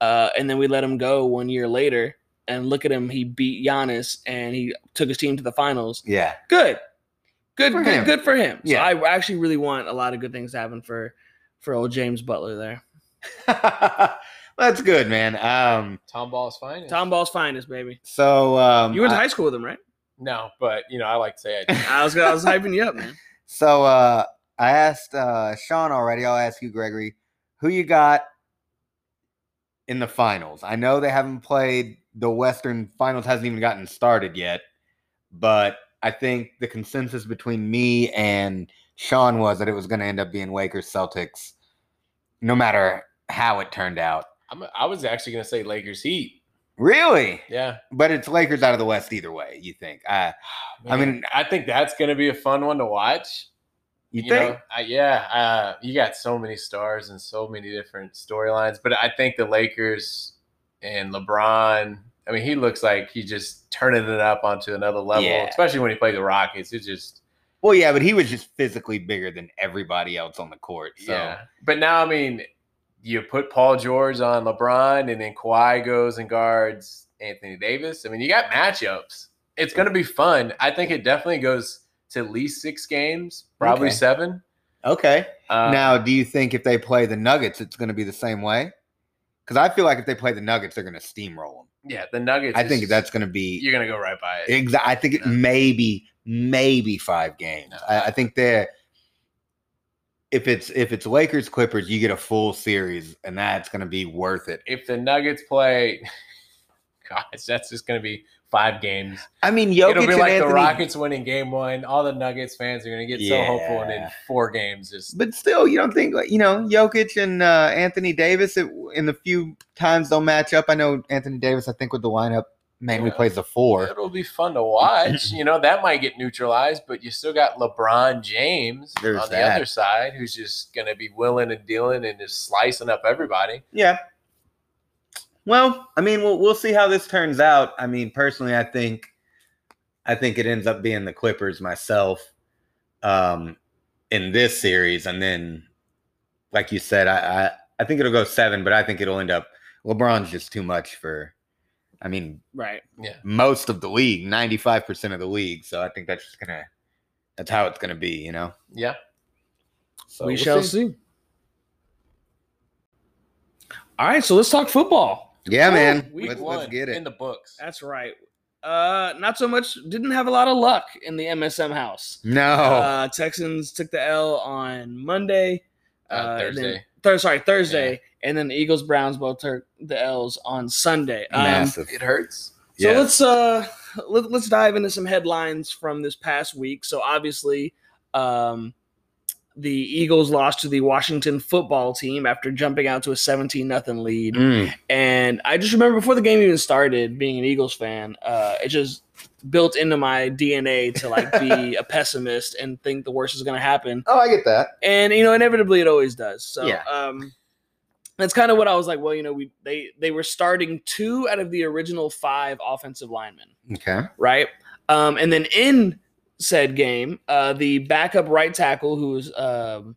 [SPEAKER 1] uh, and then we let him go one year later, and look at him, he beat Giannis and he took his team to the finals.
[SPEAKER 2] Yeah. [laughs]
[SPEAKER 1] Good, good,
[SPEAKER 2] For
[SPEAKER 1] good,
[SPEAKER 2] him.
[SPEAKER 1] good for him.
[SPEAKER 2] Yeah.
[SPEAKER 1] So I actually really want a lot of good things to happen for for old James Butler there.
[SPEAKER 2] That's good, man. Um,
[SPEAKER 3] Tom Ball's fine.
[SPEAKER 1] Tom Ball's finest, baby.
[SPEAKER 2] so um,
[SPEAKER 1] You went to
[SPEAKER 2] I-
[SPEAKER 1] high school with him, right?
[SPEAKER 3] No, but you know, I like to say I
[SPEAKER 2] [laughs]
[SPEAKER 1] I was I was hyping you up, man.
[SPEAKER 2] so uh, I asked uh, Sean already. I'll ask you, Gregory, who you got in the finals. I know they haven't played. The Western Finals hasn't even gotten started yet, but I think the consensus between me and Sean was that it was going to end up being Lakers Celtics, no matter how it turned out.
[SPEAKER 3] I'm, I was actually going to say Lakers Heat.
[SPEAKER 2] Really?
[SPEAKER 3] Yeah.
[SPEAKER 2] But it's Lakers out of the West either way. You think? Uh, I
[SPEAKER 3] Man,
[SPEAKER 2] mean-
[SPEAKER 3] I think that's going to be a fun one to watch.
[SPEAKER 2] you,
[SPEAKER 3] know?
[SPEAKER 2] think?
[SPEAKER 3] I- yeah. Uh, you got so many stars and so many different storylines, but I think the Lakers and LeBron. I mean, he looks like he's just turning it up onto another level,
[SPEAKER 2] Yeah.
[SPEAKER 3] especially when he played the Rockets. It's just
[SPEAKER 2] Well, yeah, but he was just physically bigger than everybody else on the court. So
[SPEAKER 3] yeah. But now, I mean, you put Paul George on LeBron, and then Kawhi goes and guards Anthony Davis. I mean, you got matchups. It's going to be fun. I think it definitely goes to at least six games, probably
[SPEAKER 2] Okay.
[SPEAKER 3] seven.
[SPEAKER 2] okay.
[SPEAKER 3] Uh,
[SPEAKER 2] now, do you think if they play the Nuggets, it's going to be the same way? Because I feel like if they play the Nuggets, they're going to steamroll them.
[SPEAKER 3] yeah, the Nuggets.
[SPEAKER 2] I
[SPEAKER 3] is
[SPEAKER 2] think
[SPEAKER 3] just-
[SPEAKER 2] that's going to be.
[SPEAKER 3] you're going to go right by it.
[SPEAKER 2] Exa- I think it
[SPEAKER 3] No.
[SPEAKER 2] maybe maybe five games.
[SPEAKER 3] No.
[SPEAKER 2] I, I think they're. If it's if it's Lakers Clippers, you get a full series, and that's going to be worth it.
[SPEAKER 3] [laughs] If the Nuggets play, gosh, that's just going to be five games.
[SPEAKER 2] I mean, Jokic
[SPEAKER 3] It'll be
[SPEAKER 2] and
[SPEAKER 3] like
[SPEAKER 2] Anthony,
[SPEAKER 3] the Rockets winning game one. All the Nuggets fans are going to get so hopeful, and
[SPEAKER 2] Yeah.
[SPEAKER 3] in four games, just
[SPEAKER 2] but still, you don't think like, you know Jokic and uh, Anthony Davis it, in the few times they'll match up. I know Anthony Davis. I think with the lineup mainly
[SPEAKER 3] Yeah.
[SPEAKER 2] plays the four.
[SPEAKER 3] it'll be fun
[SPEAKER 2] [laughs]
[SPEAKER 3] to watch. you know, that might get neutralized, but you still got LeBron James
[SPEAKER 2] There's
[SPEAKER 3] on the
[SPEAKER 2] that.
[SPEAKER 3] other side, who's just going to be willing and dealing and just slicing up everybody.
[SPEAKER 2] Yeah. Well, I mean, we'll we'll see how this turns out. I mean, personally, I think I think it ends up being the Clippers myself um in this series and then like you said, I I, I think it'll go 7, but I think it'll end up LeBron's just too much for I mean,
[SPEAKER 1] Right.
[SPEAKER 2] most of the league, 95% of the league, so I think that's just going to that's how it's going to be, you know.
[SPEAKER 3] Yeah,
[SPEAKER 2] So
[SPEAKER 1] we
[SPEAKER 2] we'll
[SPEAKER 1] shall see. All right, so let's talk football.
[SPEAKER 2] Yeah, man.
[SPEAKER 3] Week
[SPEAKER 2] Let's,
[SPEAKER 3] one
[SPEAKER 2] let's get
[SPEAKER 3] in
[SPEAKER 2] it.
[SPEAKER 3] the books.
[SPEAKER 1] That's right. Uh, not so much. Didn't have a lot of luck in the MSM house.
[SPEAKER 2] No.
[SPEAKER 1] Uh, Texans took the L on Monday.
[SPEAKER 3] Uh,
[SPEAKER 1] and then-
[SPEAKER 3] Thursday.
[SPEAKER 1] Thur- sorry, Thursday, and then the Eagles Browns both took the L's on Sunday. Um, so
[SPEAKER 2] Massive.
[SPEAKER 3] It hurts.
[SPEAKER 2] Yeah.
[SPEAKER 1] let's uh let, let's dive into some headlines from this past week. So obviously, um, the Eagles lost to the Washington football team after jumping out to a seventeen nothing lead.
[SPEAKER 2] Mm.
[SPEAKER 1] And I just remember before the game even started, being an Eagles fan, uh, it just built into my DNA to like be a pessimist and think the worst is going to happen.
[SPEAKER 2] Oh, I get that.
[SPEAKER 1] And you know, inevitably, it always does. So,
[SPEAKER 2] Yeah.
[SPEAKER 1] um, that's kind of what I was like. Well, you know, we they they were starting two out of the original five offensive linemen,
[SPEAKER 2] Okay.
[SPEAKER 1] right? Um, and then in said game, uh, the backup right tackle, who's um,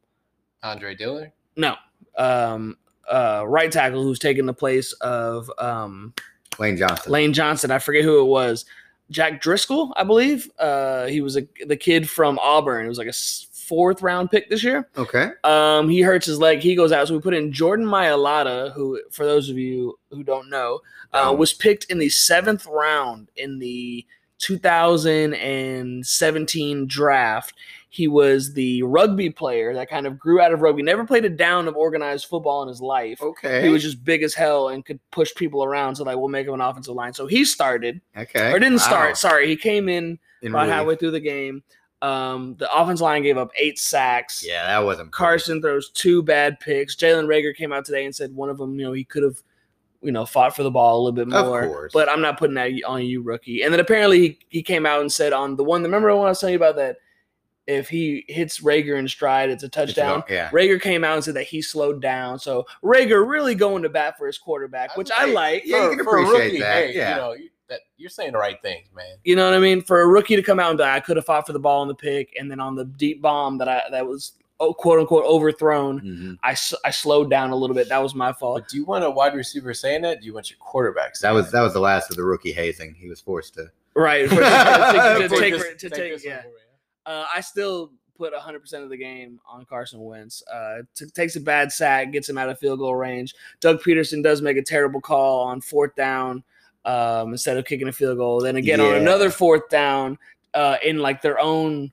[SPEAKER 3] Andre Diller.
[SPEAKER 1] no, um, uh, right tackle, who's taking the place of um.
[SPEAKER 2] Lane Johnson.
[SPEAKER 1] Lane Johnson. I forget who it was. Jack Driscoll, I believe. Uh, he was a, the kid from Auburn. It was like a s- fourth round pick this year.
[SPEAKER 2] Okay.
[SPEAKER 1] Um, he hurts his leg. He goes out. So we put in Jordan Mailata, who, for those of you who don't know, uh,
[SPEAKER 2] Um,
[SPEAKER 1] was picked in the seventh round in the 2017 draft. He was the rugby player that kind of grew out of rugby, never played a down of organized football in his life
[SPEAKER 2] Okay.
[SPEAKER 1] he was just big as hell and could push people around. So like, we'll make him an offensive line. So he started
[SPEAKER 2] okay.
[SPEAKER 1] or didn't
[SPEAKER 2] Wow.
[SPEAKER 1] start. Sorry, he came in
[SPEAKER 2] In
[SPEAKER 1] about
[SPEAKER 2] relief.
[SPEAKER 1] halfway through the game. Um, the offensive line gave up eight sacks.
[SPEAKER 2] Yeah, that wasn't
[SPEAKER 1] Carson throws two bad picks. Jalen Rager came out today and said one of them, you know, he could have, you know, fought for the ball a little bit
[SPEAKER 2] Of
[SPEAKER 1] more.
[SPEAKER 2] course.
[SPEAKER 1] But I'm not putting that on you, rookie. And then apparently he, he came out and said on the one. Remember when I was telling you about that? If he hits Rager in stride, it's a
[SPEAKER 2] It's
[SPEAKER 1] touchdown.
[SPEAKER 2] about- Yeah.
[SPEAKER 1] Rager came out and said that he slowed down. So Rager really going to bat for his quarterback, which I like.
[SPEAKER 2] Yeah, you can appreciate that. Yeah.
[SPEAKER 3] you know, you, that, you're saying the right things, man.
[SPEAKER 1] You know what I mean? For a rookie to come out and be like, I could have fought for the ball in the pick, and then on the deep bomb that I that was oh, quote unquote overthrown,
[SPEAKER 2] Mhm.
[SPEAKER 1] I, s- I slowed down a little bit. That was my fault.
[SPEAKER 2] [laughs]
[SPEAKER 3] But do you want a wide receiver saying that? Do you want your quarterbacks?
[SPEAKER 2] That was that was the last of the rookie hazing. He was forced to.
[SPEAKER 1] Right. For, to, to- to
[SPEAKER 2] [laughs]
[SPEAKER 1] take, to take- yeah. Uh, I still put 100% of the game on Carson Wentz. Uh, t- takes a bad sack, gets him out of field goal range. Doug Peterson does make a terrible call on fourth down um, instead of kicking a field goal. Then again, on
[SPEAKER 2] Yeah.
[SPEAKER 1] another fourth down uh, in like their own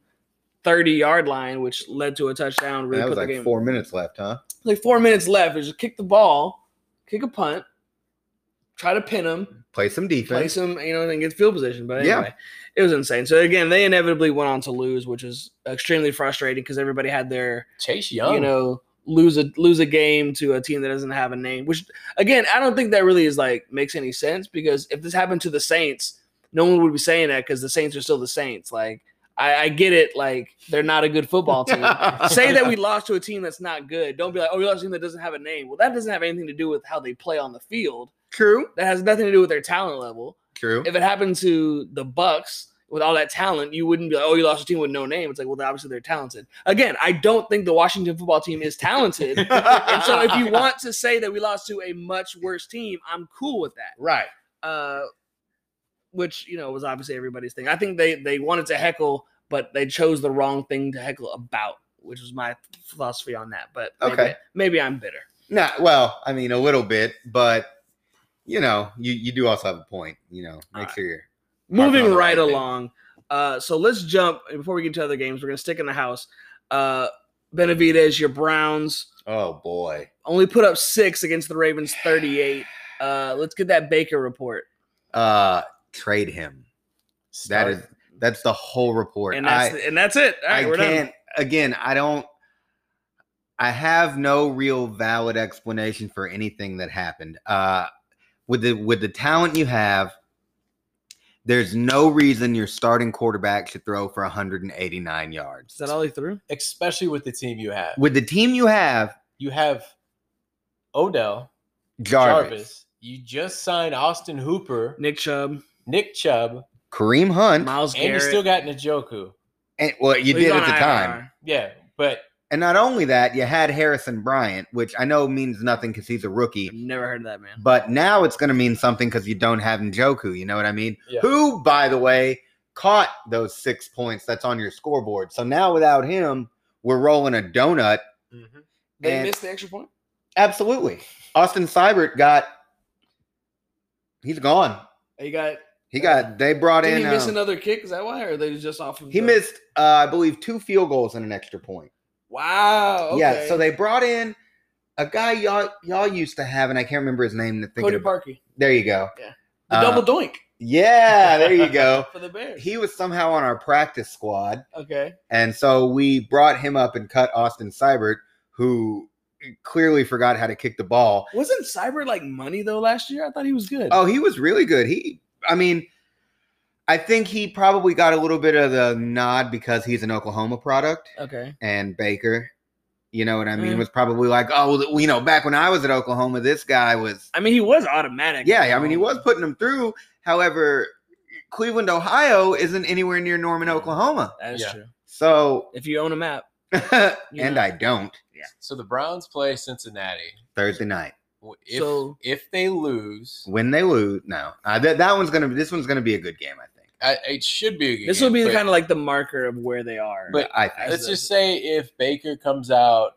[SPEAKER 1] 30 yard line, which led to a touchdown. Really
[SPEAKER 2] that
[SPEAKER 1] put
[SPEAKER 2] was
[SPEAKER 1] the
[SPEAKER 2] like
[SPEAKER 1] game
[SPEAKER 2] four minutes left, huh?
[SPEAKER 1] like four minutes left. It was just kick the ball, kick a punt, try to pin him
[SPEAKER 2] Play some defense.
[SPEAKER 1] place him, you know, and get field position. But
[SPEAKER 2] Yeah.
[SPEAKER 1] anyway, it was insane. So again, they inevitably went on to lose, which is extremely frustrating because everybody had their,
[SPEAKER 3] Chase Young.
[SPEAKER 1] you know, lose a lose a game to a team that doesn't have a name. Which again, I don't think that really is like makes any sense because if this happened to the Saints, no one would be saying that because the Saints are still the Saints. Like I, I get it, like they're not a good football
[SPEAKER 2] [laughs]
[SPEAKER 1] team. [laughs] Say that we lost to a team that's not good. Don't be like, oh, we lost to a team that doesn't have a name. Well, that doesn't have anything to do with how they play on the field.
[SPEAKER 2] True.
[SPEAKER 1] That has nothing to do with their talent level
[SPEAKER 2] True.
[SPEAKER 1] if it happened to the Bucks with all that talent, you wouldn't be like, oh, you lost a team with no name. It's like, well, obviously they're talented. Again, I don't think the Washington football team is talented.
[SPEAKER 2] [laughs]
[SPEAKER 1] and so if you want to say that we lost to a much worse team, I'm cool with that.
[SPEAKER 2] right.
[SPEAKER 1] Uh, which, you know, was obviously everybody's thing. I think they they wanted to heckle, but they chose the wrong thing to heckle about, which was my philosophy on that. But maybe-
[SPEAKER 2] Okay.
[SPEAKER 1] maybe I'm bitter.
[SPEAKER 2] Nah. Well, I mean, a little bit, but you know, you you do also have a point. You know, make
[SPEAKER 1] Alright.
[SPEAKER 2] sure you're.
[SPEAKER 1] moving
[SPEAKER 2] on the
[SPEAKER 1] right
[SPEAKER 2] right thing.
[SPEAKER 1] along. Uh, so let's jump and before we get to other games. We're gonna stick in the house. Uh, Benavidez, your Browns
[SPEAKER 2] Oh boy.
[SPEAKER 1] only put up six against the Ravens, thirty-eight. Uh, let's get that Baker report.
[SPEAKER 2] Uh, trade him. That is that's the whole report.
[SPEAKER 1] and
[SPEAKER 2] I-
[SPEAKER 1] that's and that's it. All right,
[SPEAKER 2] I
[SPEAKER 1] we're done.
[SPEAKER 2] can't. Again, I don't. I have no real valid explanation for anything that happened. Uh, with the with the talent you have, there's no reason your starting quarterback should throw for 189
[SPEAKER 1] Is
[SPEAKER 2] yards.
[SPEAKER 1] that all he threw?
[SPEAKER 3] especially with the team you have.
[SPEAKER 2] With the team you have,
[SPEAKER 3] You have Odell
[SPEAKER 2] Jarvis,
[SPEAKER 3] Jarvis. You just signed Austin Hooper,
[SPEAKER 1] Nick Chubb,
[SPEAKER 3] Nick Chubb,
[SPEAKER 2] Kareem Hunt,
[SPEAKER 1] Miles
[SPEAKER 3] and you
[SPEAKER 1] Garrett.
[SPEAKER 3] still got Njoku.
[SPEAKER 2] and well, you
[SPEAKER 1] Well, he's
[SPEAKER 2] did at
[SPEAKER 1] on
[SPEAKER 2] the
[SPEAKER 1] IR.
[SPEAKER 2] time.
[SPEAKER 3] Yeah, but
[SPEAKER 2] And not only that, you had Harrison Bryant, which I know means nothing because he's a rookie.
[SPEAKER 1] I've never heard of that man.
[SPEAKER 2] But now it's going to mean something because you don't have Njoku. You know what I mean?
[SPEAKER 3] Yeah.
[SPEAKER 2] Who, by the way, caught those six points that's on your scoreboard. So now without him, we're rolling a donut.
[SPEAKER 1] Mm-hmm. They
[SPEAKER 2] And-
[SPEAKER 1] missed the extra point.
[SPEAKER 2] Absolutely. Austin Seibert got, he's gone.
[SPEAKER 1] He got.
[SPEAKER 2] He got, they brought
[SPEAKER 1] Did
[SPEAKER 2] in,
[SPEAKER 1] he miss
[SPEAKER 2] um,
[SPEAKER 1] another kick? Is that why, or they just off? Of
[SPEAKER 2] he
[SPEAKER 1] the-
[SPEAKER 2] missed, uh, I believe, two field goals and an extra point.
[SPEAKER 1] Wow. Okay.
[SPEAKER 2] Yeah. So they brought in a guy y'all, y'all used to have, and I can't remember his name. Thinking
[SPEAKER 1] Cody
[SPEAKER 2] about-
[SPEAKER 1] Parkey,
[SPEAKER 2] There you go.
[SPEAKER 1] the
[SPEAKER 2] Uh,
[SPEAKER 1] double doink
[SPEAKER 2] Yeah. There you go.
[SPEAKER 1] for the Bears.
[SPEAKER 2] he was somehow on our practice squad.
[SPEAKER 1] okay.
[SPEAKER 2] And so we brought him up and cut Austin Seibert, who clearly forgot how to kick the ball.
[SPEAKER 1] Wasn't Cyber like money though last year? I thought he was good.
[SPEAKER 2] Oh, he was really good. He, I mean, I think he probably got a little bit of the nod because he's an Oklahoma product
[SPEAKER 1] okay.
[SPEAKER 2] and Baker, you know what I mean,
[SPEAKER 1] Mm.
[SPEAKER 2] was probably like, oh, well, you know, back when I was at Oklahoma, this guy was,
[SPEAKER 1] I mean, he was automatic.
[SPEAKER 2] yeah, I mean, he was putting him through. However, Cleveland, Ohio isn't anywhere near Norman, Oklahoma.
[SPEAKER 1] That is
[SPEAKER 3] Yeah.
[SPEAKER 1] true.
[SPEAKER 2] So,
[SPEAKER 1] If you own a map,
[SPEAKER 2] [laughs] and I don't.
[SPEAKER 3] so the Browns play Cincinnati.
[SPEAKER 2] Thursday night.
[SPEAKER 3] W- If
[SPEAKER 1] So-
[SPEAKER 3] if they lose,
[SPEAKER 2] When they lose, no, uh, that that one's gonna. This one's gonna be a good game, I think.
[SPEAKER 3] I, it should be. A good
[SPEAKER 1] this will
[SPEAKER 3] game,
[SPEAKER 1] be the
[SPEAKER 3] but
[SPEAKER 1] kind of like the marker of where they are.
[SPEAKER 3] But-
[SPEAKER 2] I think.
[SPEAKER 3] Let's just say if Baker comes out,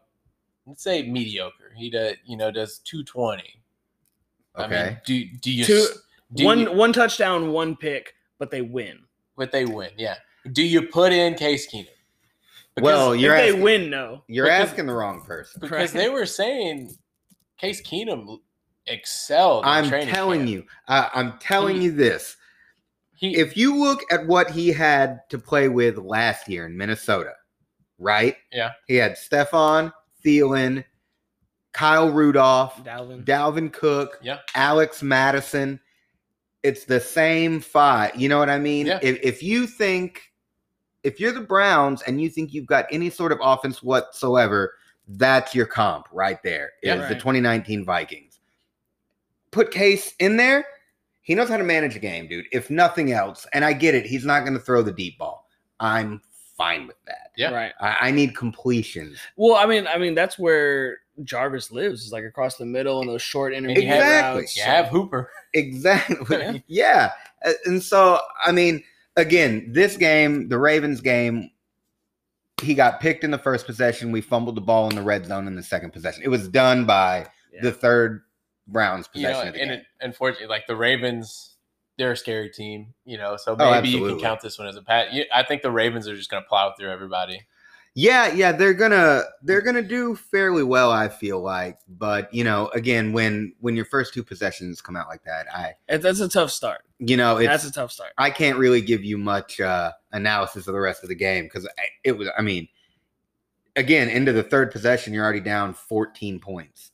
[SPEAKER 3] let's say mediocre. He does, you know, does two twenty. I mean,
[SPEAKER 2] Okay.
[SPEAKER 3] do do you
[SPEAKER 1] Two-
[SPEAKER 3] s- do
[SPEAKER 1] one
[SPEAKER 3] you-
[SPEAKER 1] one touchdown, one pick, but they win.
[SPEAKER 3] but they win? Yeah. Do you put in Case Keenum?
[SPEAKER 2] well,
[SPEAKER 1] If
[SPEAKER 2] you're
[SPEAKER 1] they
[SPEAKER 2] asking,
[SPEAKER 1] win, no.
[SPEAKER 2] you're
[SPEAKER 3] because-
[SPEAKER 2] asking the wrong person.
[SPEAKER 3] because
[SPEAKER 1] Right.
[SPEAKER 3] they were saying Case Keenum excelled. in
[SPEAKER 2] I'm
[SPEAKER 3] training
[SPEAKER 2] telling
[SPEAKER 3] camp.
[SPEAKER 2] you. I, I'm telling
[SPEAKER 3] He-
[SPEAKER 2] you this.
[SPEAKER 3] he
[SPEAKER 2] If you look at what he had to play with last year in Minnesota, right?
[SPEAKER 3] Yeah.
[SPEAKER 2] He had Stefan Thielen, Kyle Rudolph,
[SPEAKER 1] Dalvin.
[SPEAKER 2] Dalvin Cook,
[SPEAKER 3] Yeah.
[SPEAKER 2] Alex Madison. It's the same five. You know what I mean?
[SPEAKER 3] Yeah.
[SPEAKER 2] If, if you think, if you're the Browns and you think you've got any sort of offense whatsoever, that's your comp right there. Is
[SPEAKER 3] Yeah.
[SPEAKER 2] the
[SPEAKER 1] Right.
[SPEAKER 2] 2019 Vikings. Put Case in there. He knows how to manage a game, dude. If nothing else, and I get it, he's not going to throw the deep ball. I'm fine with that.
[SPEAKER 3] Yeah.
[SPEAKER 1] Right.
[SPEAKER 2] I, I need completions.
[SPEAKER 1] Well, I mean, I mean that's where Jarvis lives. Is like across the middle and those short
[SPEAKER 3] and
[SPEAKER 1] intermediate
[SPEAKER 3] you have-
[SPEAKER 2] Exactly.
[SPEAKER 1] routes.
[SPEAKER 3] you have Hooper. [laughs] Yeah.
[SPEAKER 2] Exactly. yeah. A- And so, I mean, again, this game, the Ravens game, he got picked in the first possession. We fumbled the ball in the red zone in the second possession. It was done by
[SPEAKER 1] Yeah.
[SPEAKER 2] the third Browns
[SPEAKER 3] You know,
[SPEAKER 2] possession. of the
[SPEAKER 3] and
[SPEAKER 2] game.
[SPEAKER 3] it, unfortunately, like the Ravens, they're a scary team. You know, so
[SPEAKER 2] Oh,
[SPEAKER 3] maybe you can
[SPEAKER 2] absolutely.
[SPEAKER 3] count this one as a pat. You, I think the Ravens are just going to plow through everybody.
[SPEAKER 2] yeah, yeah, they're gonna they're gonna do fairly well, I feel like. But you know, again, when when your first two possessions come out like that, I
[SPEAKER 1] And that's a tough start.
[SPEAKER 2] you know it's
[SPEAKER 1] That's a tough start.
[SPEAKER 2] I can't really give you much uh, analysis of the rest of the game because it was. I mean, again, into the third possession, you're already down 14 points.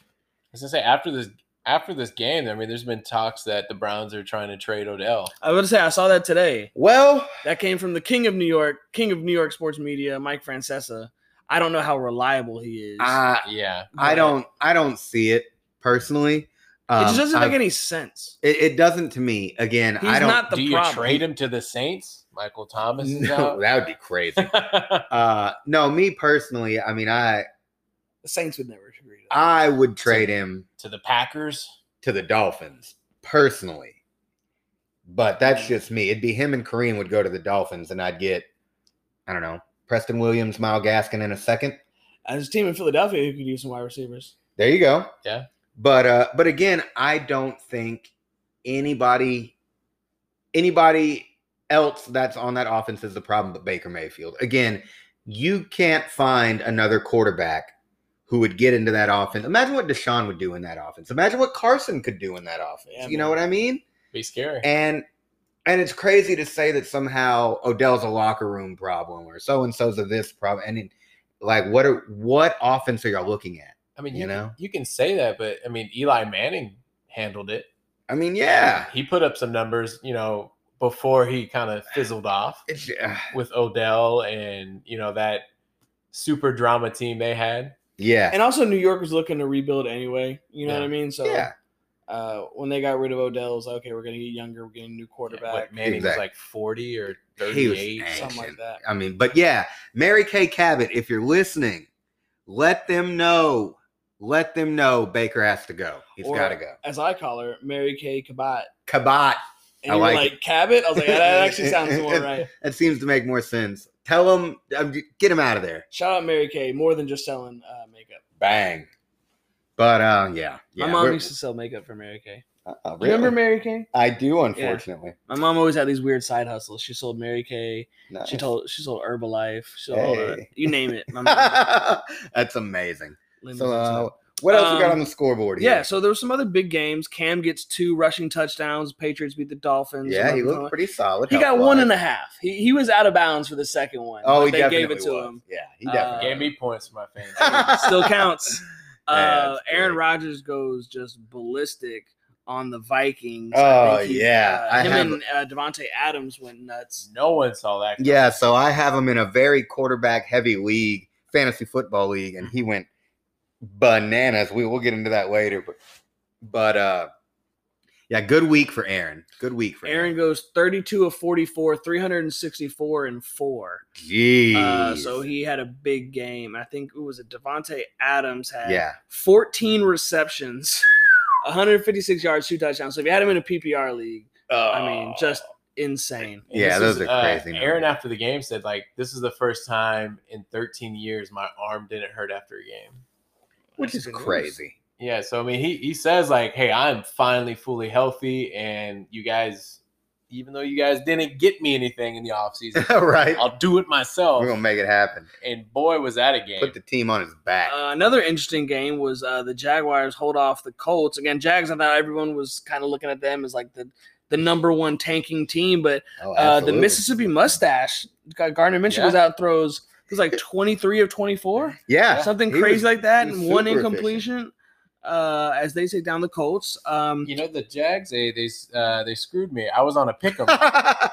[SPEAKER 3] I was going to say after this after this game, I mean, there's been talks that the Browns are trying to trade Odell.
[SPEAKER 1] I was gonna say I saw that today.
[SPEAKER 2] Well,
[SPEAKER 1] That came from the king of New York, king of New York sports media, Mike Francesa. I don't know how reliable he is.
[SPEAKER 2] I
[SPEAKER 3] Yeah,
[SPEAKER 2] I
[SPEAKER 1] but
[SPEAKER 2] don't I don't see it personally.
[SPEAKER 1] it
[SPEAKER 2] Um,
[SPEAKER 1] just doesn't
[SPEAKER 2] I've-
[SPEAKER 1] make any sense.
[SPEAKER 2] It, it doesn't to me. Again,
[SPEAKER 1] He's
[SPEAKER 2] I don't.
[SPEAKER 1] not the
[SPEAKER 3] do you
[SPEAKER 1] problem.
[SPEAKER 3] trade him to the Saints? Michael Thomas
[SPEAKER 2] [laughs]
[SPEAKER 3] is
[SPEAKER 2] no, that would be crazy.
[SPEAKER 3] out. [laughs]
[SPEAKER 2] uh, no, me personally, I mean, I
[SPEAKER 1] The Saints would never agree. To that.
[SPEAKER 2] I would trade him
[SPEAKER 3] to the Packers.
[SPEAKER 2] to the Dolphins personally, but
[SPEAKER 1] Mm.
[SPEAKER 2] that's just me. It'd be him and Kareem would go to the Dolphins, and I'd get, I don't know, Preston Williams, Miles Gaskin in a second.
[SPEAKER 1] As a team in Philadelphia, who could use some wide receivers.
[SPEAKER 2] There you go.
[SPEAKER 3] Yeah.
[SPEAKER 2] But uh, but again, I don't think anybody, anybody else that's on that offense is the problem. But Baker Mayfield. Again, you can't find another quarterback. Who would get into that offense? Imagine what Deshaun would do in that offense. Imagine what Carson could do in that offense.
[SPEAKER 1] Yeah,
[SPEAKER 2] you know
[SPEAKER 1] man.
[SPEAKER 2] what I mean?
[SPEAKER 3] be scary.
[SPEAKER 2] And and it's crazy to say that somehow Odell's a locker room problem or so and so's a this problem. And it, like, what are what offense are y'all looking at?
[SPEAKER 3] I mean,
[SPEAKER 2] you
[SPEAKER 3] you,
[SPEAKER 2] know?
[SPEAKER 3] know, you can say that, but I mean, Eli Manning handled it.
[SPEAKER 2] I mean, yeah,
[SPEAKER 3] he put up some numbers, you know, before he kind of fizzled off
[SPEAKER 2] it's uh,
[SPEAKER 3] with Odell and you know that super drama team they had.
[SPEAKER 2] yeah,
[SPEAKER 1] And also, New York was looking to rebuild anyway. You know
[SPEAKER 3] Yeah.
[SPEAKER 1] what I mean? So
[SPEAKER 2] yeah.
[SPEAKER 1] uh, when they got rid of Odell, it's like, okay, we're going to get younger. We're getting a new quarterback,
[SPEAKER 3] What, Manning
[SPEAKER 2] Exactly.
[SPEAKER 3] was like forty or
[SPEAKER 2] He was
[SPEAKER 3] thirty-eight.
[SPEAKER 2] angry.
[SPEAKER 1] something like that.
[SPEAKER 2] I mean, but yeah, Mary Kay Cabot, if you're listening, let them know. Let them know Baker has to go. He's
[SPEAKER 1] Or-
[SPEAKER 2] got to go.
[SPEAKER 1] As I call her, Mary Kay Cabot.
[SPEAKER 2] Cabot.
[SPEAKER 1] And
[SPEAKER 2] I
[SPEAKER 1] you
[SPEAKER 2] like
[SPEAKER 1] were like, Cabot? I was like, that actually sounds more right.
[SPEAKER 2] That seems to make more sense. Tell him, um, get him out of there.
[SPEAKER 1] Shout out Mary Kay, more than just selling uh, makeup.
[SPEAKER 2] Bang. But uh, yeah, yeah.
[SPEAKER 1] My mom
[SPEAKER 2] we're-
[SPEAKER 1] used to sell makeup for Mary Kay.
[SPEAKER 2] Uh, uh,
[SPEAKER 1] You Remember
[SPEAKER 2] really?
[SPEAKER 1] Mary Kay?
[SPEAKER 2] I do, unfortunately.
[SPEAKER 1] My mom always had these weird side hustles. She sold Mary Kay. She
[SPEAKER 2] Nice.
[SPEAKER 1] told she sold Herbalife. She sold all that.
[SPEAKER 2] Hey.
[SPEAKER 1] you name it.
[SPEAKER 2] [laughs]
[SPEAKER 1] My mom,
[SPEAKER 2] That's amazing.
[SPEAKER 1] Linda's
[SPEAKER 2] So,
[SPEAKER 1] into
[SPEAKER 2] uh,
[SPEAKER 1] it.
[SPEAKER 2] what else we got
[SPEAKER 1] Um,
[SPEAKER 2] on the scoreboard here?
[SPEAKER 1] yeah, so there were some other big games. Cam gets two rushing touchdowns. Patriots beat the Dolphins.
[SPEAKER 2] yeah, he
[SPEAKER 1] 11
[SPEAKER 2] looked pretty solid.
[SPEAKER 1] He got one and a
[SPEAKER 2] health-wise.
[SPEAKER 1] half. He, he was out of bounds for the second one.
[SPEAKER 2] Oh,
[SPEAKER 1] but
[SPEAKER 2] he
[SPEAKER 1] they
[SPEAKER 2] definitely
[SPEAKER 1] gave it to
[SPEAKER 2] was.
[SPEAKER 1] him.
[SPEAKER 2] Yeah, he
[SPEAKER 1] Uh,
[SPEAKER 2] definitely.
[SPEAKER 3] Gave me points for my
[SPEAKER 1] [laughs]
[SPEAKER 3] fans.
[SPEAKER 1] Still counts.
[SPEAKER 2] Yeah,
[SPEAKER 1] Uh,
[SPEAKER 2] that's
[SPEAKER 1] Aaron
[SPEAKER 2] great.
[SPEAKER 1] Rodgers goes just ballistic on the Vikings.
[SPEAKER 2] Oh,
[SPEAKER 1] I think
[SPEAKER 2] yeah.
[SPEAKER 1] uh,
[SPEAKER 2] I
[SPEAKER 1] him
[SPEAKER 2] have-
[SPEAKER 1] and uh, Devontae Adams went nuts.
[SPEAKER 3] no one saw that.
[SPEAKER 2] [laughs]
[SPEAKER 3] coming.
[SPEAKER 2] Yeah, so I have him in a very quarterback heavy league, fantasy football league, and he went bananas. We will get into that later, but but uh yeah, good week for Aaron. Good week for Aaron.
[SPEAKER 1] Aaron goes 32 of 44, 364 and four.
[SPEAKER 2] Jeez.
[SPEAKER 1] Uh, so he had a big game. I think it was a Devontae Adams had
[SPEAKER 2] yeah,
[SPEAKER 1] 14 receptions, [laughs] 156 yards, two touchdowns. So if you had him in a PPR league, I mean, just insane.
[SPEAKER 3] And
[SPEAKER 2] Yeah,
[SPEAKER 3] this
[SPEAKER 2] those
[SPEAKER 3] is, uh,
[SPEAKER 2] are crazy
[SPEAKER 3] Aaron after the game said, like, this is the first time in 13 years my arm didn't hurt after a game.
[SPEAKER 2] which is crazy. [laughs]
[SPEAKER 3] Yeah, so I mean, he he says like, "Hey, I'm finally fully healthy, and you guys, even though you guys didn't get me anything in
[SPEAKER 2] [laughs]
[SPEAKER 3] the offseason,
[SPEAKER 2] right?
[SPEAKER 3] I'll do it myself."
[SPEAKER 2] We're gonna make it happen.
[SPEAKER 3] And boy, was that a game!
[SPEAKER 2] Put the team on his back.
[SPEAKER 1] Uh, another interesting game was uh, the Jaguars hold off the Colts. Again, Jags, I thought everyone was kind of looking at them as like the, the number one tanking team, but uh,
[SPEAKER 2] Oh,
[SPEAKER 1] the
[SPEAKER 2] absolutely.
[SPEAKER 1] Mississippi Mustache, Gardner Minshew was
[SPEAKER 3] Yeah.
[SPEAKER 1] out and throws. It was like 23 of 24,
[SPEAKER 2] Yeah,
[SPEAKER 1] something
[SPEAKER 2] he was-
[SPEAKER 1] crazy like that,
[SPEAKER 2] he was
[SPEAKER 1] and one
[SPEAKER 2] super efficient.
[SPEAKER 1] incompletion uh, as they take down the Colts. Um,
[SPEAKER 3] you know, the Jags they they uh, they screwed me. I was on a
[SPEAKER 2] [laughs]
[SPEAKER 3] pick 'em.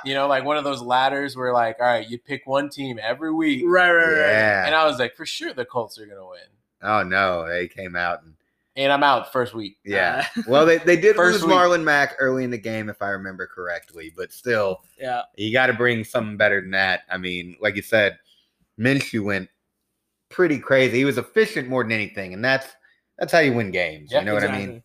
[SPEAKER 3] you know, like one of those ladders where like, all right, you pick one team every week,
[SPEAKER 1] Right, right, right. right.
[SPEAKER 3] and
[SPEAKER 2] yeah.
[SPEAKER 3] I was like, for sure the Colts are gonna win,
[SPEAKER 2] Oh no, they came out and
[SPEAKER 3] and I'm out first week.
[SPEAKER 2] yeah.
[SPEAKER 1] Uh,
[SPEAKER 2] well, they, they did
[SPEAKER 3] First
[SPEAKER 2] lose
[SPEAKER 3] week.
[SPEAKER 2] Marlon Mack early in the game, if I remember correctly, but still,
[SPEAKER 1] yeah.
[SPEAKER 2] you got to bring something better than that. I mean, like you said, Minshew went pretty crazy. He was efficient more than anything, and that's that's how you win games.
[SPEAKER 3] Yeah,
[SPEAKER 2] you know what I mean?
[SPEAKER 1] exactly.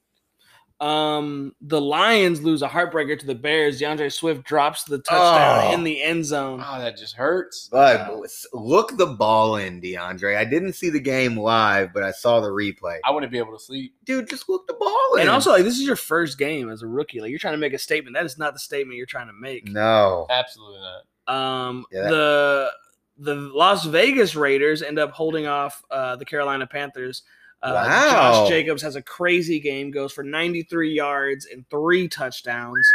[SPEAKER 1] Um, the Lions lose a heartbreaker to the Bears. DeAndre Swift drops the touchdown
[SPEAKER 2] Oh.
[SPEAKER 1] in the end zone.
[SPEAKER 3] Oh, that just hurts.
[SPEAKER 2] But
[SPEAKER 1] Wow.
[SPEAKER 2] s- look the ball in, DeAndre. I didn't see the game live, but I saw the replay.
[SPEAKER 3] I wouldn't be able to sleep.
[SPEAKER 2] Dude, just look the ball in.
[SPEAKER 1] And also, like, this is your first game as a rookie. Like, you're trying to make a statement. That is not the statement you're trying to make.
[SPEAKER 2] no.
[SPEAKER 3] Absolutely not.
[SPEAKER 1] Um,
[SPEAKER 2] Yeah, that-
[SPEAKER 1] the the Las Vegas Raiders end up holding off uh, the Carolina Panthers. Uh,
[SPEAKER 2] Wow.
[SPEAKER 1] Josh Jacobs has a crazy game, goes for 93 yards and three touchdowns.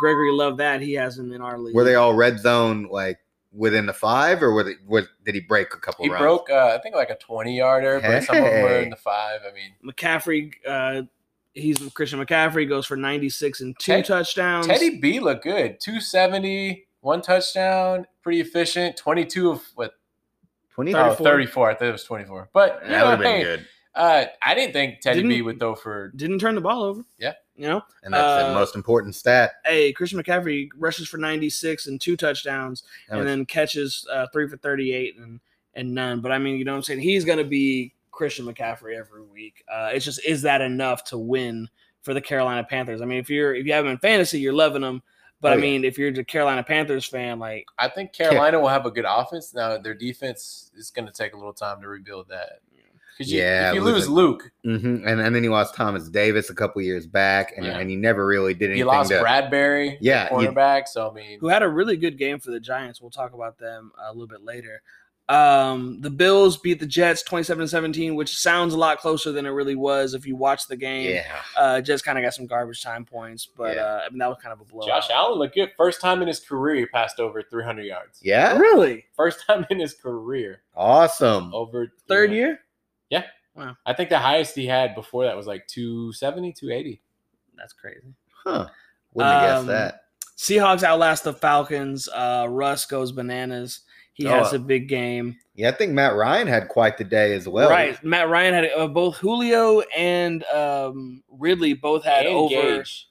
[SPEAKER 1] Gregory loved that. He has him in our league.
[SPEAKER 2] Were they all red zone like within the five, or were they, was, did he break a couple
[SPEAKER 3] He
[SPEAKER 2] runs?
[SPEAKER 3] broke, uh, I think, like a 20 yarder, but some of them were
[SPEAKER 2] Hey.
[SPEAKER 3] in the five. I mean,
[SPEAKER 1] McCaffrey, uh, he's Christian McCaffrey, goes for 96 and two
[SPEAKER 3] Ted-
[SPEAKER 1] touchdowns.
[SPEAKER 3] Teddy B looked good 270, one touchdown, pretty efficient. 22 of what?
[SPEAKER 2] 24.
[SPEAKER 3] Oh, 34. I thought it was 24. But,
[SPEAKER 2] That would
[SPEAKER 3] you know,
[SPEAKER 2] have been
[SPEAKER 3] hey,
[SPEAKER 2] good.
[SPEAKER 3] uh, I didn't think Teddy B
[SPEAKER 1] Didn't-
[SPEAKER 3] would throw for.
[SPEAKER 1] Didn't turn the ball over.
[SPEAKER 3] Yeah.
[SPEAKER 1] You know,
[SPEAKER 2] And that's the
[SPEAKER 1] uh,
[SPEAKER 2] most important stat.
[SPEAKER 1] hey, Christian McCaffrey rushes for 96 and two touchdowns
[SPEAKER 2] That
[SPEAKER 1] and
[SPEAKER 2] was-
[SPEAKER 1] then catches uh, three for 38 and, and none. But I mean, you know what I'm saying? He's going to be Christian McCaffrey every week. Uh, it's just, is that enough to win for the Carolina Panthers? I mean, if you're, if you have him in fantasy, you're loving him. But
[SPEAKER 2] Oh,
[SPEAKER 1] I
[SPEAKER 2] yeah.
[SPEAKER 1] mean, if you're a Carolina Panthers fan, like,
[SPEAKER 3] I think Carolina will have a good offense. Now, their defense is going to take a little time to rebuild that. 'Cause You,
[SPEAKER 2] Yeah,
[SPEAKER 3] if you
[SPEAKER 2] losing-
[SPEAKER 3] lose Luke,
[SPEAKER 2] hmm And, and then he lost Thomas Davis a couple years back, and,
[SPEAKER 3] Yeah.
[SPEAKER 2] and he never really did anything.
[SPEAKER 3] you lost
[SPEAKER 2] to-
[SPEAKER 3] Bradbury,
[SPEAKER 2] Yeah, you-
[SPEAKER 3] cornerback. so, I mean,
[SPEAKER 1] who had a really good game for the Giants. We'll talk about them a little bit later. Um, the Bills beat the Jets 27-17, which sounds a lot closer than it really was if you watch the game.
[SPEAKER 2] Yeah.
[SPEAKER 1] Uh, Jets kind of got some garbage time points, but
[SPEAKER 2] Yeah.
[SPEAKER 1] uh, I mean, that was kind of a blowout.
[SPEAKER 3] Josh Allen looked good. First time in his career he passed over 300 yards.
[SPEAKER 2] Yeah.
[SPEAKER 1] Really?
[SPEAKER 3] First [laughs] time in his career
[SPEAKER 2] Awesome.
[SPEAKER 1] Oh.
[SPEAKER 3] over
[SPEAKER 1] Third
[SPEAKER 3] 300.
[SPEAKER 1] year?
[SPEAKER 3] I think the highest he had before that was like 270, 280.
[SPEAKER 1] That's crazy.
[SPEAKER 2] Huh. Wouldn't have guessed
[SPEAKER 1] Um,
[SPEAKER 2] that.
[SPEAKER 1] Seahawks outlast the Falcons. Uh, Russ goes bananas. He
[SPEAKER 2] Oh,
[SPEAKER 1] has
[SPEAKER 2] uh,
[SPEAKER 1] a big game.
[SPEAKER 2] Yeah, I think Matt Ryan had quite the day as well.
[SPEAKER 1] right. Matt Ryan had uh, both Julio and um, Ridley both had
[SPEAKER 3] and
[SPEAKER 1] over
[SPEAKER 3] Gage.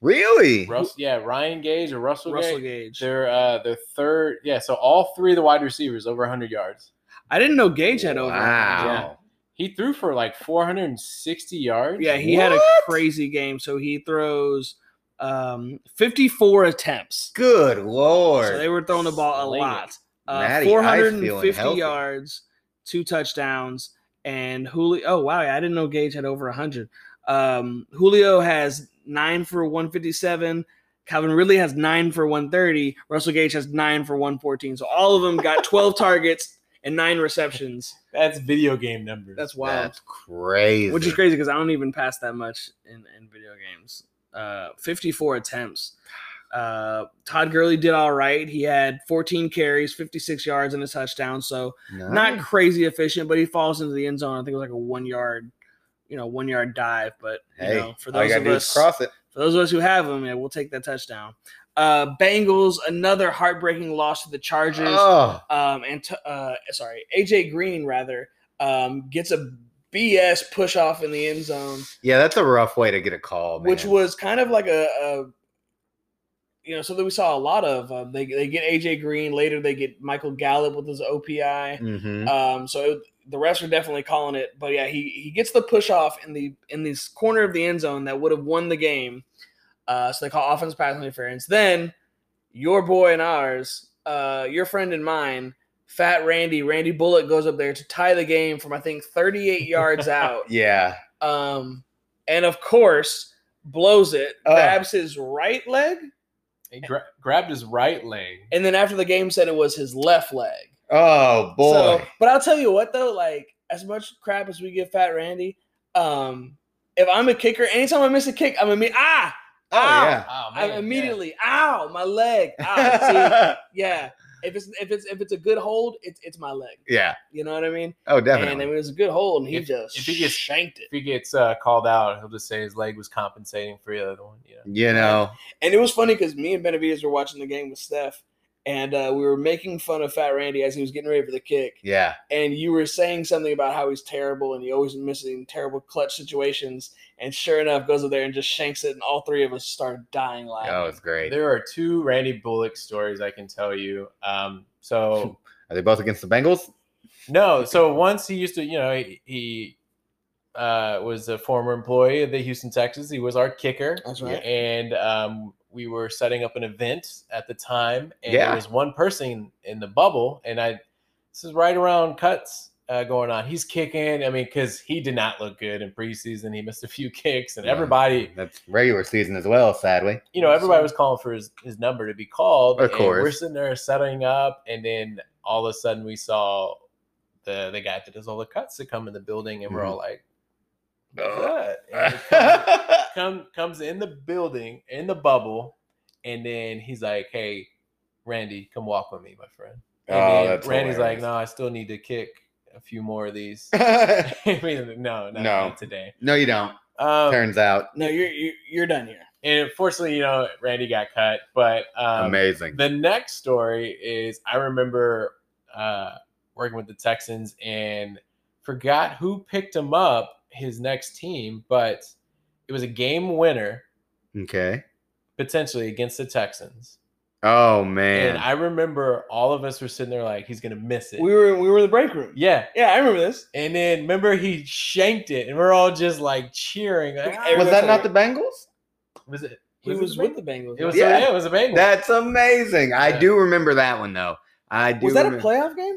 [SPEAKER 2] Really?
[SPEAKER 3] Russ, yeah, Ryan Gage or Russell,
[SPEAKER 1] Russell
[SPEAKER 3] Gage.
[SPEAKER 1] Gage.
[SPEAKER 3] They're uh, their third. Yeah, so all three of the wide receivers over 100 yards.
[SPEAKER 1] I didn't know Gage had over.
[SPEAKER 2] Wow.
[SPEAKER 3] He threw for like 460 yards.
[SPEAKER 1] Yeah, he had a
[SPEAKER 2] What?
[SPEAKER 1] crazy game. So he throws um, 54 attempts.
[SPEAKER 2] Good lord.
[SPEAKER 1] So they were throwing the ball a
[SPEAKER 3] Sling it.
[SPEAKER 1] lot. Uh,
[SPEAKER 2] Matty Ice feeling
[SPEAKER 1] 450
[SPEAKER 2] healthy.
[SPEAKER 1] yards, two touchdowns, and Julio. Oh wow, I didn't know Gage had over 100. Um, Julio has nine for 157. Calvin Ridley has nine for 130. Russell Gage has nine for 114. So all of them got 12 targets and nine receptions.
[SPEAKER 3] That's video game numbers.
[SPEAKER 1] That's wild.
[SPEAKER 2] That's crazy.
[SPEAKER 1] Which is crazy because I don't even pass that much in, in video games. Uh, 54 attempts. Uh, Todd Gurley did all right. He had 14 carries, 56 yards, and a touchdown. So not
[SPEAKER 2] Nice.
[SPEAKER 1] crazy efficient, but he falls into the end zone. I think it was like a one yard, you know, one yard dive. But you
[SPEAKER 2] Hey,
[SPEAKER 1] know, for
[SPEAKER 2] all you
[SPEAKER 1] those
[SPEAKER 2] gotta
[SPEAKER 1] of
[SPEAKER 2] do is
[SPEAKER 1] us,
[SPEAKER 2] cross it.
[SPEAKER 1] for those of us who have him, yeah, we'll take that touchdown. Uh, Bengals, another heartbreaking loss to the Chargers
[SPEAKER 2] Oh,
[SPEAKER 1] um, and t- uh, sorry, AJ Green rather um, gets a BS push off in the end zone,
[SPEAKER 2] yeah, that's a rough way to get a call, Oh, man.
[SPEAKER 1] which was kind of like a, a you know something we saw a lot of. Um, they they get AJ Green later, they get Michael Gallup with his OPI.
[SPEAKER 2] Mhm.
[SPEAKER 1] Um, so it, the refs are definitely calling it, but yeah, he he gets the push off in the in this corner of the end zone that would have won the game. Uh, so they call offense pass interference. Then your boy and ours, uh, your friend and mine, Fat Randy, Randy Bullock goes up there to tie the game from I think 38 yards out.
[SPEAKER 2] Yeah.
[SPEAKER 1] Um, and of course blows it,
[SPEAKER 2] Oh.
[SPEAKER 1] grabs his right leg,
[SPEAKER 3] He gra- grabbed his right leg.
[SPEAKER 1] and then after the game said it was his left leg.
[SPEAKER 2] Oh boy.
[SPEAKER 1] So, but I'll tell you what though, like as much crap as we give Fat Randy, um, if I'm a kicker, anytime I miss a kick, I'm imme- ah,
[SPEAKER 2] oh
[SPEAKER 1] ow!
[SPEAKER 2] yeah.
[SPEAKER 3] Oh,
[SPEAKER 1] I'm
[SPEAKER 3] man,
[SPEAKER 1] immediately ow, my
[SPEAKER 3] [laughs]
[SPEAKER 1] leg. Ow. [laughs] See, yeah. If it's if it's if it's a good hold, it's it's my leg.
[SPEAKER 2] yeah.
[SPEAKER 1] You know what I mean?
[SPEAKER 2] Oh,
[SPEAKER 1] And I
[SPEAKER 2] definitely.
[SPEAKER 1] mean, it was a good hold, and he
[SPEAKER 3] If-
[SPEAKER 1] just
[SPEAKER 3] if he gets-
[SPEAKER 1] shanked it.
[SPEAKER 3] If he gets uh, called out, he'll just say his leg was compensating for the other one. You know.
[SPEAKER 2] you know.
[SPEAKER 1] And it was funny because me and Benavides were watching the game with Steph, and uh, we were making fun of Fat Randy as he was getting ready for the kick.
[SPEAKER 2] Yeah.
[SPEAKER 1] and you were saying something about how he's terrible and he always missing terrible clutch situations. And sure enough, goes up there and just shanks it, and all three of us started dying laughing.
[SPEAKER 2] Oh, it's great.
[SPEAKER 3] There are two Randy Bullock stories I can tell you. Um,
[SPEAKER 2] [laughs]
[SPEAKER 3] so
[SPEAKER 2] Are they both against the Bengals?
[SPEAKER 3] no, so once he used to, you know, he, he uh, was a former employee of the Houston Texans. He was our kicker,
[SPEAKER 1] That's right.
[SPEAKER 3] and um, we were setting up an event at the time, and
[SPEAKER 2] Yeah.
[SPEAKER 3] there was one person in the bubble, and I this is right around cuts. Uh, going on, he's kicking. I mean, because he did not look good in preseason. He missed a few [laughs] kicks, and
[SPEAKER 2] Yeah.
[SPEAKER 3] everybody
[SPEAKER 2] That's regular season as well, sadly. [laughs]
[SPEAKER 3] you know, everybody was calling for his, his number to be called.
[SPEAKER 2] Of
[SPEAKER 3] and we're
[SPEAKER 2] course.
[SPEAKER 3] sitting there setting up, and then all of a sudden we saw the the guy that does all the cuts to come in the building,
[SPEAKER 2] Mm-hmm.
[SPEAKER 3] and we're all like, "What's
[SPEAKER 2] Oh,
[SPEAKER 3] that?"
[SPEAKER 2] [laughs]
[SPEAKER 3] And he comes- come comes in the building in the bubble, and then he's like, "Hey, Randy, come walk with me, my friend." And
[SPEAKER 2] Oh,
[SPEAKER 3] then
[SPEAKER 2] that's
[SPEAKER 3] Randy's
[SPEAKER 2] hilarious.
[SPEAKER 3] like, "No, I still need to kick a few more
[SPEAKER 2] [laughs]
[SPEAKER 3] of these." [laughs]
[SPEAKER 2] no.
[SPEAKER 3] I mean, no, no,
[SPEAKER 2] [laughs] No.
[SPEAKER 3] not today.
[SPEAKER 2] you don't.
[SPEAKER 3] Um,
[SPEAKER 2] Turns out.
[SPEAKER 1] No, you're, you're you're done here.
[SPEAKER 3] and unfortunately, you know, Randy got cut, but um,
[SPEAKER 2] Amazing.
[SPEAKER 3] The next story is I remember uh, working with the Texans and forgot who picked him up, his next team, but it was a game winner
[SPEAKER 2] Okay.
[SPEAKER 3] potentially against the Texans.
[SPEAKER 2] Oh
[SPEAKER 3] And
[SPEAKER 2] man.
[SPEAKER 3] I remember all of us were sitting there like, he's going to miss it.
[SPEAKER 1] We were we were in the break room.
[SPEAKER 3] yeah.
[SPEAKER 1] yeah, I remember this.
[SPEAKER 3] And then remember he shanked it and we're all just like cheering. like,
[SPEAKER 1] Like,
[SPEAKER 3] "Ah."
[SPEAKER 2] Was
[SPEAKER 1] everybody-
[SPEAKER 2] that not the Bengals?
[SPEAKER 3] was it?
[SPEAKER 1] He was,
[SPEAKER 3] was, it
[SPEAKER 1] with the
[SPEAKER 3] the
[SPEAKER 1] Bengals.
[SPEAKER 3] Bengals? It was,
[SPEAKER 1] right?
[SPEAKER 2] Yeah.
[SPEAKER 3] yeah. it was a Bengals.
[SPEAKER 2] That's amazing. I
[SPEAKER 3] Yeah.
[SPEAKER 2] do remember that one though. I do.
[SPEAKER 1] was that a
[SPEAKER 2] remem-
[SPEAKER 1] playoff game?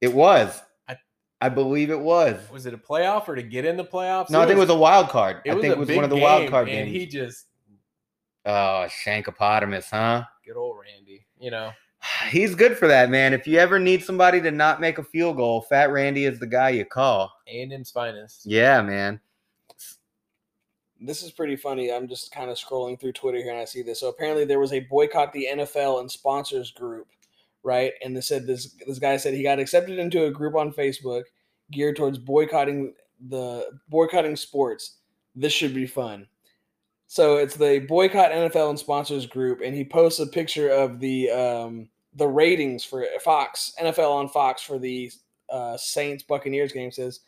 [SPEAKER 2] It was. I,
[SPEAKER 3] I-
[SPEAKER 2] believe it was.
[SPEAKER 3] was it a playoff or to get in the playoffs?
[SPEAKER 2] No, I think it was a wild card. I think
[SPEAKER 3] a
[SPEAKER 2] it was
[SPEAKER 3] big
[SPEAKER 2] one of the wild
[SPEAKER 3] game,
[SPEAKER 2] card
[SPEAKER 3] and
[SPEAKER 2] games.
[SPEAKER 3] he just
[SPEAKER 2] Oh, Shankopotamus, huh? [sighs]
[SPEAKER 3] good old Randy, you know.
[SPEAKER 2] He's good for that, man. If you ever need somebody to not make a field goal, Fat Randy is the guy you call.
[SPEAKER 3] A&M's finest.
[SPEAKER 2] Yeah, man.
[SPEAKER 1] This is pretty funny. I'm just kind of scrolling through Twitter here and I see this. So apparently there was a boycott the NFL and sponsors group, right? And they said this this guy said he got accepted into a group on Facebook geared towards boycotting the boycotting sports. This should be fun. So it's the boycott NFL and sponsors group, and he posts a picture of the um, the ratings for Fox NFL on Fox for the uh, Saints Buccaneers game. It says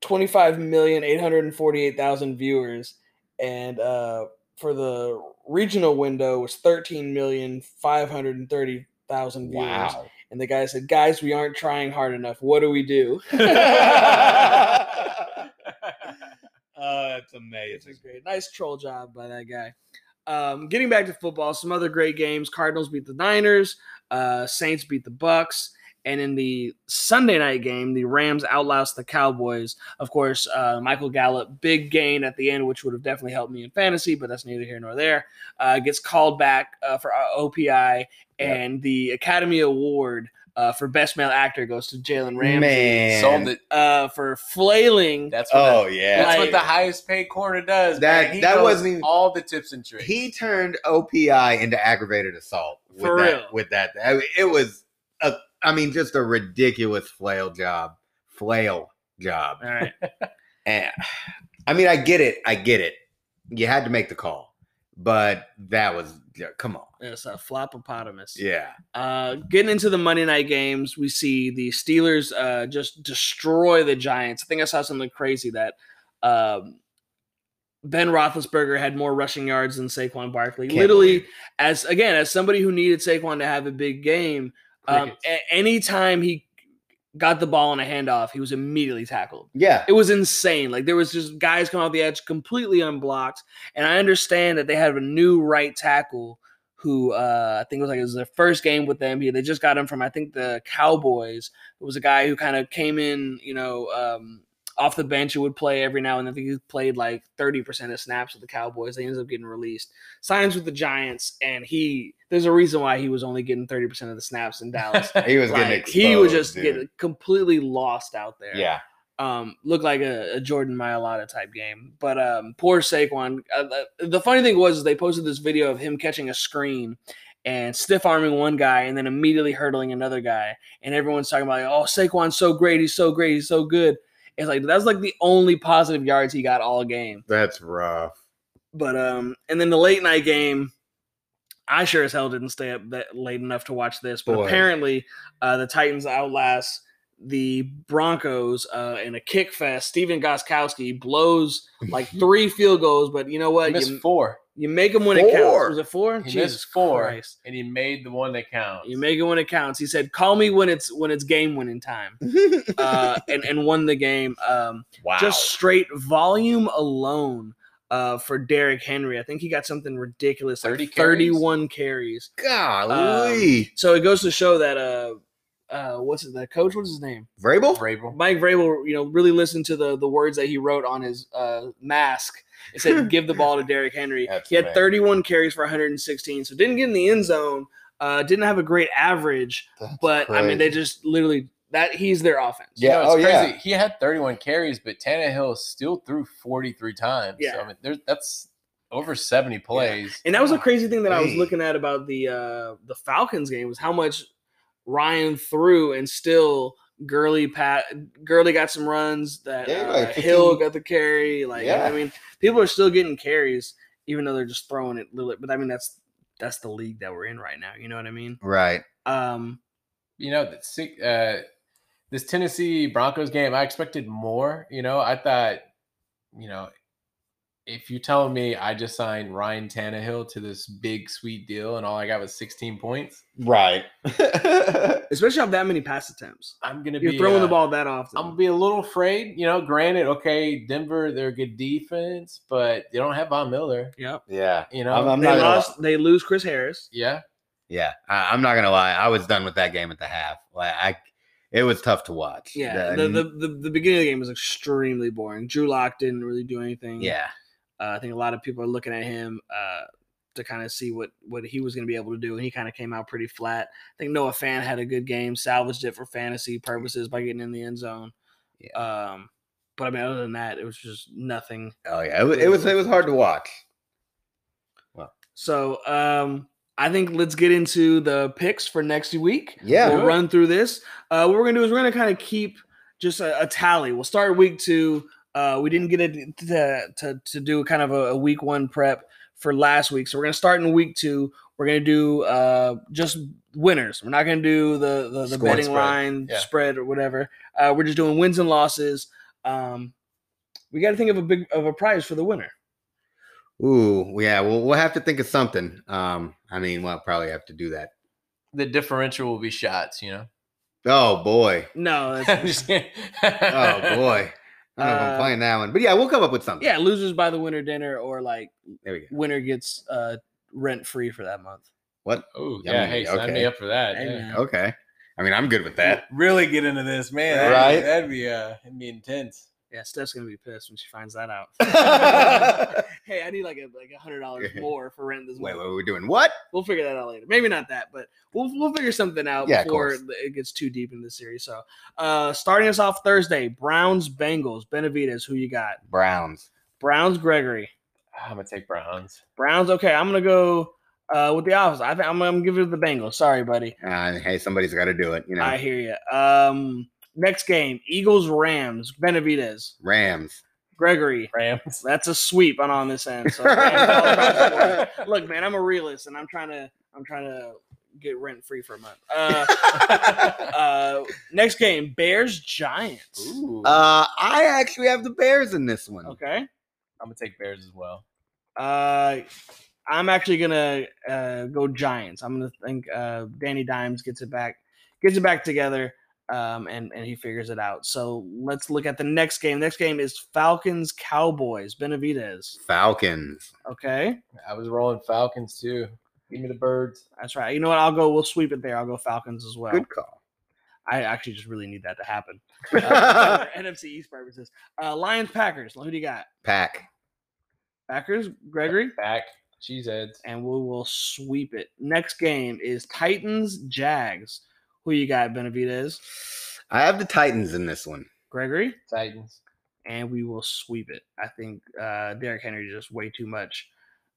[SPEAKER 1] twenty five million eight hundred forty eight thousand viewers, and uh, for the regional window was thirteen million five hundred thirty thousand viewers.
[SPEAKER 2] Wow.
[SPEAKER 1] And the guy said, "Guys, we aren't trying hard enough. What do we do?"
[SPEAKER 2] [laughs]
[SPEAKER 1] [laughs]
[SPEAKER 2] Oh, that's
[SPEAKER 1] This
[SPEAKER 2] amazing.
[SPEAKER 1] is great. Nice troll job by that guy. Um, getting back to football, some other great games. Cardinals beat the Niners. Uh, Saints beat the Bucks. And in the Sunday night game, the Rams outlasted the Cowboys. Of course, uh, Michael Gallup, big gain at the end, which would have definitely helped me in fantasy, but that's neither here nor there. Uh, gets called back uh, for uh, OPI, and the Academy Award uh, for Best Male Actor goes to Jalen Ramsey
[SPEAKER 2] Man.
[SPEAKER 3] Sold it.
[SPEAKER 1] uh, for flailing
[SPEAKER 3] That's what,
[SPEAKER 2] Oh
[SPEAKER 3] the,
[SPEAKER 2] yeah.
[SPEAKER 3] that's
[SPEAKER 1] Like-
[SPEAKER 3] what the highest paid corner does.
[SPEAKER 2] That-
[SPEAKER 3] man. He
[SPEAKER 2] that
[SPEAKER 3] knows
[SPEAKER 2] wasn't even-
[SPEAKER 3] all the tips and [laughs] tricks.
[SPEAKER 2] he turned OPI into aggravated assault with
[SPEAKER 1] For
[SPEAKER 2] that.
[SPEAKER 1] real.
[SPEAKER 2] With that, I mean, it was a, I mean, just a ridiculous flail job, flail job.
[SPEAKER 1] All [laughs] right.
[SPEAKER 2] And I mean, I get it, I get it. You had to make the call, but that was yeah, come on,
[SPEAKER 1] It's a flopopotamus.
[SPEAKER 2] yeah,
[SPEAKER 1] Uh, getting into the Monday night games, we see the Steelers uh, just destroy the Giants. I think I saw something crazy that um, Ben Roethlisberger had more rushing yards than Saquon Barkley.
[SPEAKER 2] Can't
[SPEAKER 1] Literally,
[SPEAKER 2] believe
[SPEAKER 1] as again, as somebody who needed Saquon to have a big game, um,
[SPEAKER 3] Crickets.
[SPEAKER 1] a- anytime he got the ball in a handoff, he was immediately tackled
[SPEAKER 2] yeah.
[SPEAKER 1] it was insane. Like there was just guys coming off the edge completely unblocked. And I understand that they have a new right tackle who uh, I think it was like it was their first game with them. He- They just got him from I think the Cowboys. It was a guy who kind of came in, you know, um, off the bench and would play every now and then. I think he played like thirty percent of snaps with the Cowboys. They ended up getting released. Signs with the Giants, and he there's a reason why he was only getting thirty percent of the snaps in Dallas.
[SPEAKER 2] [laughs] He was getting
[SPEAKER 1] Like,
[SPEAKER 2] exposed.
[SPEAKER 1] he was just
[SPEAKER 2] dude.
[SPEAKER 1] getting completely lost out there
[SPEAKER 2] yeah.
[SPEAKER 1] um, looked like a, a Jordan Mailata type game. But um, poor Saquon. Uh, the- the funny thing was, is they posted this video of him catching a screen and stiff arming one guy and then immediately hurdling another guy. And everyone's talking about, like, oh, Saquon's so great. He's so great. He's so good. It's like that's like the only positive yards he got all game.
[SPEAKER 2] That's rough.
[SPEAKER 1] But um, and then the late night game, I sure as hell didn't stay up that late enough to watch this. But
[SPEAKER 2] Boy.
[SPEAKER 1] apparently, uh, the Titans outlast the Broncos uh, in a kick fest. Steven Goskowski blows like three field goals, but you know
[SPEAKER 3] He
[SPEAKER 1] what?
[SPEAKER 3] missed
[SPEAKER 1] You,
[SPEAKER 3] four,
[SPEAKER 1] you make them when it counts.
[SPEAKER 2] Four.
[SPEAKER 1] Was it four?
[SPEAKER 3] He missed four.
[SPEAKER 1] Christ.
[SPEAKER 3] and he made the one that counts.
[SPEAKER 1] You make it when it counts. He said, "Call me when it's when it's game winning time," [laughs] uh, and and won the game. Um,
[SPEAKER 2] wow.
[SPEAKER 1] just straight volume alone uh, for Derrick Henry. I think he got something ridiculous,
[SPEAKER 3] 30
[SPEAKER 1] like
[SPEAKER 3] carries?
[SPEAKER 1] 31 carries.
[SPEAKER 2] golly.
[SPEAKER 1] So it goes to show that uh, uh, what's it, the coach? What's his name?
[SPEAKER 2] Vrabel?
[SPEAKER 3] Vrabel.
[SPEAKER 1] Mike Vrabel. You know, really listened to the the words that he wrote on his uh, mask. It
[SPEAKER 2] [laughs]
[SPEAKER 1] said, "Give the ball to Derrick Henry."
[SPEAKER 2] That's
[SPEAKER 1] he had
[SPEAKER 2] amazing.
[SPEAKER 1] 31 carries for 116, so didn't get in the end zone. Uh, didn't have a great average,
[SPEAKER 2] That's
[SPEAKER 1] but I mean, they
[SPEAKER 2] crazy.
[SPEAKER 1] just literally that he's their offense.
[SPEAKER 2] Yeah.
[SPEAKER 3] No,
[SPEAKER 2] oh
[SPEAKER 3] it's crazy. He had 31 carries, but Tannehill still threw 43 times.
[SPEAKER 1] Yeah.
[SPEAKER 3] So, I mean, there's, that's over 70 plays.
[SPEAKER 1] And that was a crazy thing that I was
[SPEAKER 2] Golly.
[SPEAKER 1] looking at about the uh, the Falcons game was how much Ryan threw and still Gurley pat Gurley got some runs that
[SPEAKER 2] Yeah,
[SPEAKER 1] uh,
[SPEAKER 2] like 15.
[SPEAKER 1] Hill got the carry. Like
[SPEAKER 2] Yeah.
[SPEAKER 1] I mean, people are still getting carries even though they're just throwing it. little- But I mean, that's that's the league that we're in right now. You know what I mean?
[SPEAKER 2] Right.
[SPEAKER 1] Um,
[SPEAKER 3] you know, the, six- uh, this Tennessee Broncos game, I expected more. You know, I thought, you know, if you tell me I just signed Ryan Tannehill to this big sweet deal and all I got was 16 points,
[SPEAKER 2] Right. [laughs]
[SPEAKER 1] especially off that many pass attempts,
[SPEAKER 3] I'm gonna
[SPEAKER 1] you're
[SPEAKER 3] be
[SPEAKER 1] throwing the
[SPEAKER 3] uh,
[SPEAKER 1] ball that often.
[SPEAKER 3] I'm gonna be a little afraid. You know, granted, okay, Denver, they're a good defense, but they don't have Von Miller.
[SPEAKER 1] yep.
[SPEAKER 2] yeah.
[SPEAKER 3] You know,
[SPEAKER 2] I'm- I'm
[SPEAKER 1] They
[SPEAKER 2] not gonna lie.
[SPEAKER 1] lost. They lose Chris Harris.
[SPEAKER 3] yeah,
[SPEAKER 2] Yeah, I, I'm not gonna lie. I was done with that game at the half. Like I, it was tough to watch.
[SPEAKER 1] Yeah, the,
[SPEAKER 2] The-
[SPEAKER 1] the, the, the beginning of the game was extremely boring. Drew Lock didn't really do anything.
[SPEAKER 2] yeah,
[SPEAKER 1] Uh, I think a lot of people are looking at him. Uh, to kind of see what what he was going to be able to do, and he kind of came out pretty flat. I think Noah Fan had a good game, salvaged it for fantasy purposes by getting in the end zone. Um, but I mean, other than that, it was just nothing.
[SPEAKER 2] Oh yeah, it was it was, it was hard to watch.
[SPEAKER 1] So um, I think let's get into the picks for next week.
[SPEAKER 2] Yeah.
[SPEAKER 1] we'll run through this. Uh, what we're gonna do is we're gonna kind of keep just a, a tally. We'll start week two. Uh, we didn't get it to, to to do kind of a, a week one prep for last week, so we're gonna start in week two. We're gonna do uh, just winners. We're not gonna do the the, the
[SPEAKER 3] Scoring
[SPEAKER 1] betting
[SPEAKER 3] spread.
[SPEAKER 1] line
[SPEAKER 3] Yeah.
[SPEAKER 1] spread or whatever. Uh, we're just doing wins and losses. Um, we got to think of a big of a prize for the winner.
[SPEAKER 2] Ooh, yeah. Well, we'll have to think of something. Um, I mean, we'll probably have to do that.
[SPEAKER 3] The differential will be shots, you know.
[SPEAKER 2] Oh boy.
[SPEAKER 1] No, that's,
[SPEAKER 3] [laughs] I'm just kidding.
[SPEAKER 2] Oh
[SPEAKER 3] [laughs]
[SPEAKER 1] [laughs]
[SPEAKER 2] boy. I don't know if
[SPEAKER 1] Uh,
[SPEAKER 2] I'm playing that one, but yeah, we'll come up with something.
[SPEAKER 1] yeah, losers by the winner dinner or like
[SPEAKER 2] There we go.
[SPEAKER 1] winner gets uh rent free for that month.
[SPEAKER 2] What?
[SPEAKER 3] Oh
[SPEAKER 2] Yummy,
[SPEAKER 3] yeah, hey, sign
[SPEAKER 2] okay.
[SPEAKER 3] me up for that.
[SPEAKER 1] Hey,
[SPEAKER 3] yeah.
[SPEAKER 1] man.
[SPEAKER 2] Okay. I mean, I'm good with that.
[SPEAKER 3] [laughs] Really get into this, man. That'd,
[SPEAKER 2] Right?
[SPEAKER 3] right? That'd be uh, it'd be intense.
[SPEAKER 1] Yeah, Steph's gonna be pissed when she finds that
[SPEAKER 2] [laughs]
[SPEAKER 1] out. [laughs]
[SPEAKER 2] wait,
[SPEAKER 1] hey, I need like a like a hundred dollars more for rent this
[SPEAKER 2] wait,
[SPEAKER 1] month.
[SPEAKER 2] we're doing what?
[SPEAKER 1] We'll figure that out later. Maybe not that, but we'll we'll figure something out
[SPEAKER 2] Yeah, of
[SPEAKER 1] before
[SPEAKER 2] course.
[SPEAKER 1] it gets too deep in the series. So, uh starting us off Thursday, Browns Bengals Benavides. Who you got?
[SPEAKER 2] Browns.
[SPEAKER 1] Browns Gregory.
[SPEAKER 3] I'm gonna Ah, take Browns.
[SPEAKER 1] Browns. Okay, I'm gonna go uh with the opposite. I think I'm, I'm gonna give it to the Bengals. Sorry, buddy.
[SPEAKER 2] Uh, hey, somebody's got to do it. You know,
[SPEAKER 1] I hear you. Um, next game, Eagles Rams. Benavides, [laughs]
[SPEAKER 2] Rams. [laughs]
[SPEAKER 1] Gregory. [laughs]
[SPEAKER 3] Rams.
[SPEAKER 1] That's a sweep on on this end. So Rams all across the board. look, man, I'm a realist, and I'm trying to I'm trying to get rent free for a month.
[SPEAKER 2] [laughs]
[SPEAKER 1] Uh, uh, next game, Bears Giants.
[SPEAKER 3] Ooh.
[SPEAKER 2] Uh, I actually have the Bears in this one.
[SPEAKER 1] Okay.
[SPEAKER 3] I'm gonna take Bears as well.
[SPEAKER 1] Uh, I'm actually gonna uh, go Giants. I'm gonna think uh, Danny Dimes gets it back, gets it back together, um, and and he figures it out. So let's look at the next game. Next game is Falcons Cowboys. Benavidez.
[SPEAKER 2] Falcons.
[SPEAKER 1] Okay,
[SPEAKER 3] I was rolling Falcons too. Give me the birds.
[SPEAKER 1] that's right. You know what? I'll go. We'll sweep it there. I'll go Falcons as well.
[SPEAKER 2] Good call. [laughs]
[SPEAKER 1] I actually just really need that to happen. Uh, for NFC East purposes. Uh, Lions Packers. Who do you got?
[SPEAKER 2] Pack.
[SPEAKER 1] Packers. Gregory.
[SPEAKER 3] Back cheeseheads.
[SPEAKER 1] and we will sweep it. Next game is Titans Jags. Who you got, Benavidez,
[SPEAKER 2] I have the Titans in this one.
[SPEAKER 1] Gregory?
[SPEAKER 3] Titans.
[SPEAKER 1] And we will sweep it. I think uh, Derrick Henry is just way too much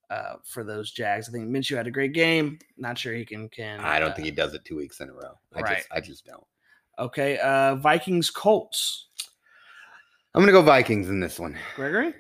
[SPEAKER 1] uh, for those Jags. I think Minshew had a great game. Not sure he can can.
[SPEAKER 2] I don't
[SPEAKER 1] uh,
[SPEAKER 2] think he does it two weeks in a row. I
[SPEAKER 1] Right.
[SPEAKER 2] just, I just don't.
[SPEAKER 1] Okay, uh, Vikings Colts.
[SPEAKER 2] I'm gonna go Vikings in this one.
[SPEAKER 1] Gregory.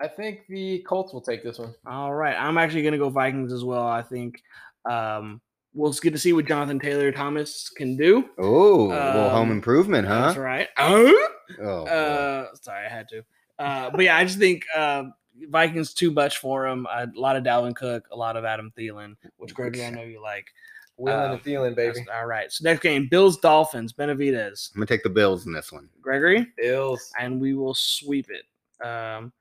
[SPEAKER 3] I think the Colts will take this one.
[SPEAKER 1] All right, I'm actually going to go Vikings as well. I think um, we'll get to see what Jonathan Taylor Thomas can do.
[SPEAKER 2] Oh, a little
[SPEAKER 1] Um,
[SPEAKER 2] home improvement,
[SPEAKER 1] That's
[SPEAKER 2] huh?
[SPEAKER 1] right.
[SPEAKER 2] Oh, boy.
[SPEAKER 1] Uh, sorry, I had to. Uh, but yeah, I just think uh, Vikings too much for him. A lot of Dalvin Cook, a lot of Adam Thielen, which Gregory I know you like.
[SPEAKER 3] Wheeling
[SPEAKER 1] Uh,
[SPEAKER 3] and feeling, baby.
[SPEAKER 1] That's- all right. So next game, Bills Dolphins, Benavidez,
[SPEAKER 2] I'm gonna take the Bills in this one.
[SPEAKER 1] Gregory,
[SPEAKER 3] Bills.
[SPEAKER 1] and we will sweep it. Um,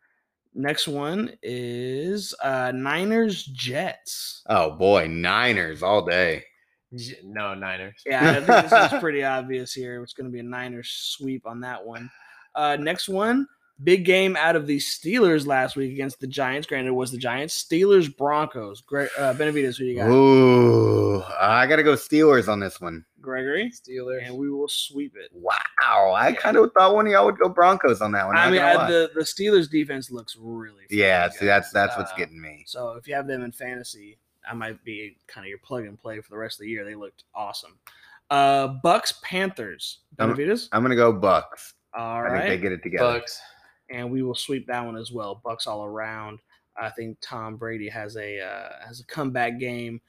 [SPEAKER 1] next one is uh, Niners Jets.
[SPEAKER 2] Oh boy, Niners all day.
[SPEAKER 3] J- No Niners.
[SPEAKER 1] Yeah, I think
[SPEAKER 2] [laughs]
[SPEAKER 1] this is pretty obvious here. It's going to be a Niners sweep on that one. Uh, next one, big game out of the Steelers last week against the Giants. Granted, it was the Giants. Steelers Broncos. Gre- uh, Benavides, who you got?
[SPEAKER 2] Ooh, I gotta go Steelers on this one.
[SPEAKER 1] Gregory,
[SPEAKER 3] Steelers.
[SPEAKER 1] and we will sweep it.
[SPEAKER 2] Wow, I kind of thought one of y'all would go Broncos on that one.
[SPEAKER 1] I
[SPEAKER 2] not
[SPEAKER 1] mean,
[SPEAKER 2] gonna
[SPEAKER 1] I,
[SPEAKER 2] lie.
[SPEAKER 1] the the Steelers defense looks really. freaking
[SPEAKER 2] yeah, see,
[SPEAKER 1] good.
[SPEAKER 2] that's that's what's
[SPEAKER 1] Uh,
[SPEAKER 2] getting me.
[SPEAKER 1] So if you have them in fantasy, I might be kind of your plug and play for the rest of the year. They looked awesome. Uh, Bucks Panthers.
[SPEAKER 2] Um,
[SPEAKER 1] Benavides.
[SPEAKER 2] I'm gonna go Bucks.
[SPEAKER 1] All
[SPEAKER 2] I
[SPEAKER 1] right.
[SPEAKER 2] think they get it together.
[SPEAKER 3] Bucks.
[SPEAKER 1] and we will sweep that one as well. Bucks all around. I think Tom Brady has a uh, has a comeback game.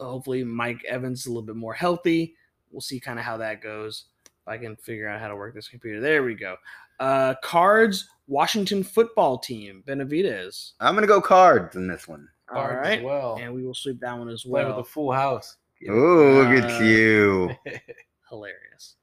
[SPEAKER 1] Hopefully, Mike Evans is a little bit more healthy. We'll see kind of how that goes. If I can figure out how to work this computer, there we go. Uh, cards, Washington football team, Benavidez.
[SPEAKER 2] I'm gonna go Cards in this one.
[SPEAKER 1] All
[SPEAKER 3] Cards
[SPEAKER 1] right,
[SPEAKER 3] As well.
[SPEAKER 1] and we will sweep that one as
[SPEAKER 3] Play
[SPEAKER 1] well.
[SPEAKER 3] with a full house.
[SPEAKER 2] Ooh, look at
[SPEAKER 1] Uh, [laughs]
[SPEAKER 2] you.
[SPEAKER 1] Hilarious.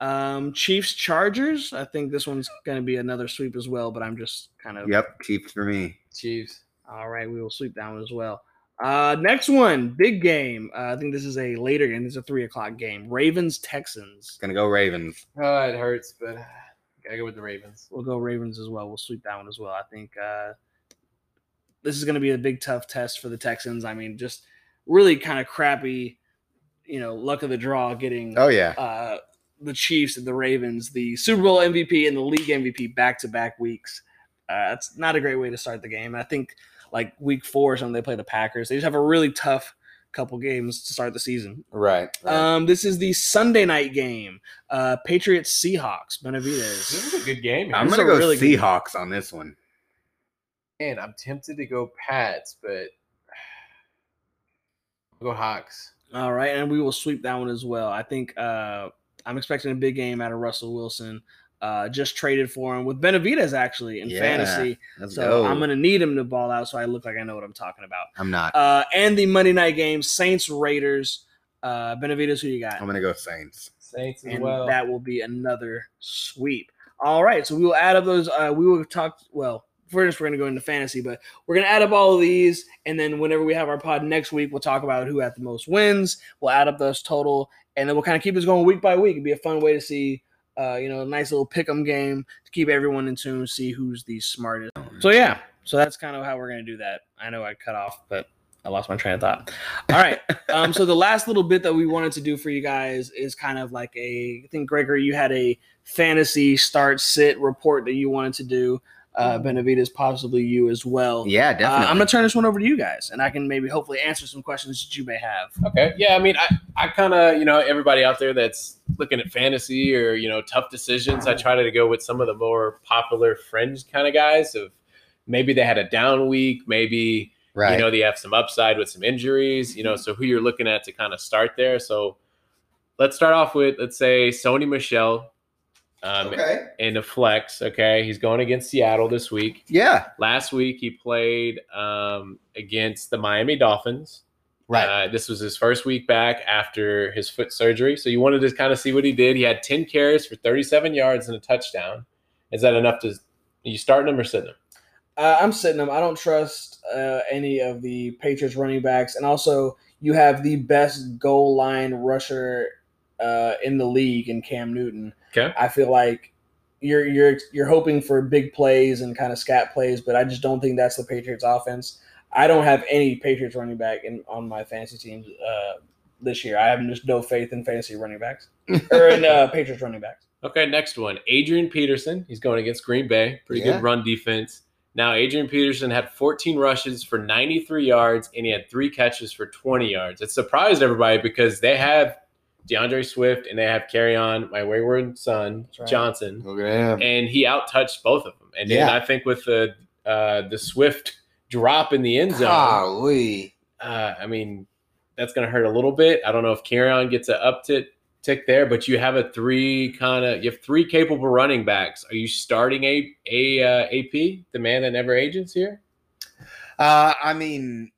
[SPEAKER 1] Um, Chiefs, Chargers. I think this one's going to be another sweep as well, but I'm just kind of
[SPEAKER 2] Yep, Chiefs for me.
[SPEAKER 3] [laughs] Chiefs.
[SPEAKER 1] All right, we will sweep that one as well. Uh, next one, big game. Uh, I think this is a later game. This is a three o'clock game. Ravens Texans.
[SPEAKER 2] Gonna go Ravens.
[SPEAKER 3] Oh, it hurts, but uh, gotta go with the Ravens.
[SPEAKER 1] We'll go Ravens as well. We'll sweep that one as well. I think uh, this is going to be a big tough test for the Texans. I mean, just really kind of crappy, you know, luck of the draw getting
[SPEAKER 2] Oh yeah.
[SPEAKER 1] uh, the Chiefs and the Ravens, the Super Bowl MVP and the league MVP back to back weeks. Uh, it's not a great way to start the game. I think like week four or something, they play the Packers. They just have a really tough couple games to start the season.
[SPEAKER 2] Right. right.
[SPEAKER 1] Um, this is the Sunday night game. Uh, Patriots Seahawks,
[SPEAKER 3] This
[SPEAKER 1] Benavidez.
[SPEAKER 3] is a good game. here.
[SPEAKER 2] I'm
[SPEAKER 1] this
[SPEAKER 2] gonna
[SPEAKER 1] is a
[SPEAKER 2] go
[SPEAKER 1] really good-
[SPEAKER 2] Seahawks on this one.
[SPEAKER 3] Man, I'm tempted to go Pats, but [sighs] I'll go Hawks.
[SPEAKER 1] All right, and we will sweep that one as well. I think uh, I'm expecting a big game out of Russell Wilson. Uh, just traded for him with Benavidez actually in
[SPEAKER 2] Yeah.
[SPEAKER 1] fantasy.
[SPEAKER 2] Let's
[SPEAKER 1] So
[SPEAKER 2] go.
[SPEAKER 1] I'm gonna need him to ball out so I look like I know what I'm talking about.
[SPEAKER 2] I'm not.
[SPEAKER 1] Uh, and the Monday night game, Saints Raiders. Uh, Benavides, who you got?
[SPEAKER 2] I'm gonna go Saints.
[SPEAKER 3] Saints as
[SPEAKER 1] And
[SPEAKER 3] well.
[SPEAKER 1] that will be another sweep. All right, so we will add up those. Uh, we will talk. Well, first we're going to go into fantasy, but we're going to add up all of these, and then whenever we have our pod next week, we'll talk about who had the most wins. We'll add up those total, and then we'll kind of keep this going week by week. It'd be a fun way to see. Uh, you know, a nice little pick 'em game to keep everyone in tune, see who's the smartest. So yeah, so that's kind of how we're gonna do that. I know I cut off, but I lost my train of thought. All
[SPEAKER 2] [laughs]
[SPEAKER 1] right. Um, so the last little bit that we wanted to do for you guys is kind of like a. I think Gregory, you had a fantasy start sit report that you wanted to do. Uh, Benavides, possibly you as well.
[SPEAKER 2] Mm-hmm. Yeah,
[SPEAKER 1] Uh,
[SPEAKER 2] definitely.
[SPEAKER 1] I'm gonna turn this one over to you guys, and I can maybe hopefully answer some questions that you may have.
[SPEAKER 3] Okay. Yeah. I mean, I, I kind of, you know, everybody out there that's looking at fantasy or, you know, tough decisions, I try to go with some of the more popular fringe kind of guys of maybe they had a down week, maybe,
[SPEAKER 2] right.
[SPEAKER 3] you know, they have some upside with some injuries, you know, so who you're looking at to kind of start there. So let's start off with, let's say, Sony Michelle um,
[SPEAKER 2] okay.
[SPEAKER 3] in the flex. Okay. He's going against Seattle this week.
[SPEAKER 2] Yeah.
[SPEAKER 3] Last week he played um, against the Miami Dolphins.
[SPEAKER 2] Right.
[SPEAKER 3] Uh, this was his first week back after his foot surgery. So you wanted to kind of see what he did. He had 10 carries for 37 yards and a touchdown. Is that enough to are you starting him or sitting him?
[SPEAKER 1] Uh, I'm sitting them. I don't trust uh, any of the Patriots running backs, and also you have the best goal line rusher uh, in the league in Cam Newton.
[SPEAKER 3] Okay.
[SPEAKER 1] I feel like you're you're you're hoping for big plays and kind of scat plays, but I just don't think that's the Patriots offense. I don't have any Patriots running back in on my fantasy teams uh, this year. I have just no faith in fantasy running backs or in uh, Patriots running backs.
[SPEAKER 3] Okay, next one. Adrian Peterson. He's going against Green Bay. Pretty
[SPEAKER 2] Yeah.
[SPEAKER 3] good run defense. Now, Adrian Peterson had 14 rushes for 93 yards, and he had three catches for 20 yards. It surprised everybody because they have DeAndre Swift and they have Carry On, my wayward son,
[SPEAKER 1] That's right.
[SPEAKER 3] Johnson,
[SPEAKER 2] Look at him.
[SPEAKER 3] and he outtouched both of them. And then
[SPEAKER 2] Yeah.
[SPEAKER 3] I think with the uh, the Swift drop in the end zone,
[SPEAKER 2] Ah, Golly.
[SPEAKER 3] uh, I mean, that's going to hurt a little bit. I don't know if Carrion gets an up tick tick there, but you have a three kind of you have three capable running backs. Are you starting a a uh, AP, the man that never ages here?
[SPEAKER 2] Uh, I mean,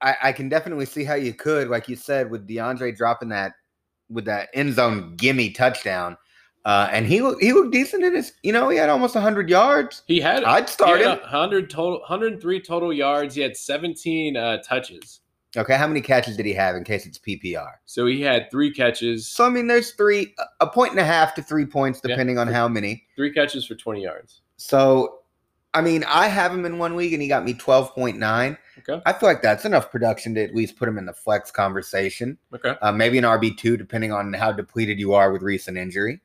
[SPEAKER 2] I, I can definitely see how you could, like you said, with DeAndre dropping that with that end zone gimme touchdown, uh, and he looked he looked decent in his. You know, he had almost hundred yards.
[SPEAKER 3] He had, he
[SPEAKER 2] I'd start
[SPEAKER 3] had
[SPEAKER 2] him.
[SPEAKER 3] 100 total 103 total yards. He had 17 uh, touches.
[SPEAKER 2] Okay, how many catches did he have in case it's PPR?
[SPEAKER 3] So he had three catches,
[SPEAKER 2] So I mean, there's three, a point and a half to three points,
[SPEAKER 3] Yeah.
[SPEAKER 2] depending on how many.
[SPEAKER 3] three catches for 20 yards.
[SPEAKER 2] So, I mean, I have him in one week, and he got me twelve point nine.
[SPEAKER 3] Okay.
[SPEAKER 2] I feel like that's enough production to at least put him in the flex conversation.
[SPEAKER 3] Okay.
[SPEAKER 2] uh, maybe an RB two, depending on how depleted you are with recent injury.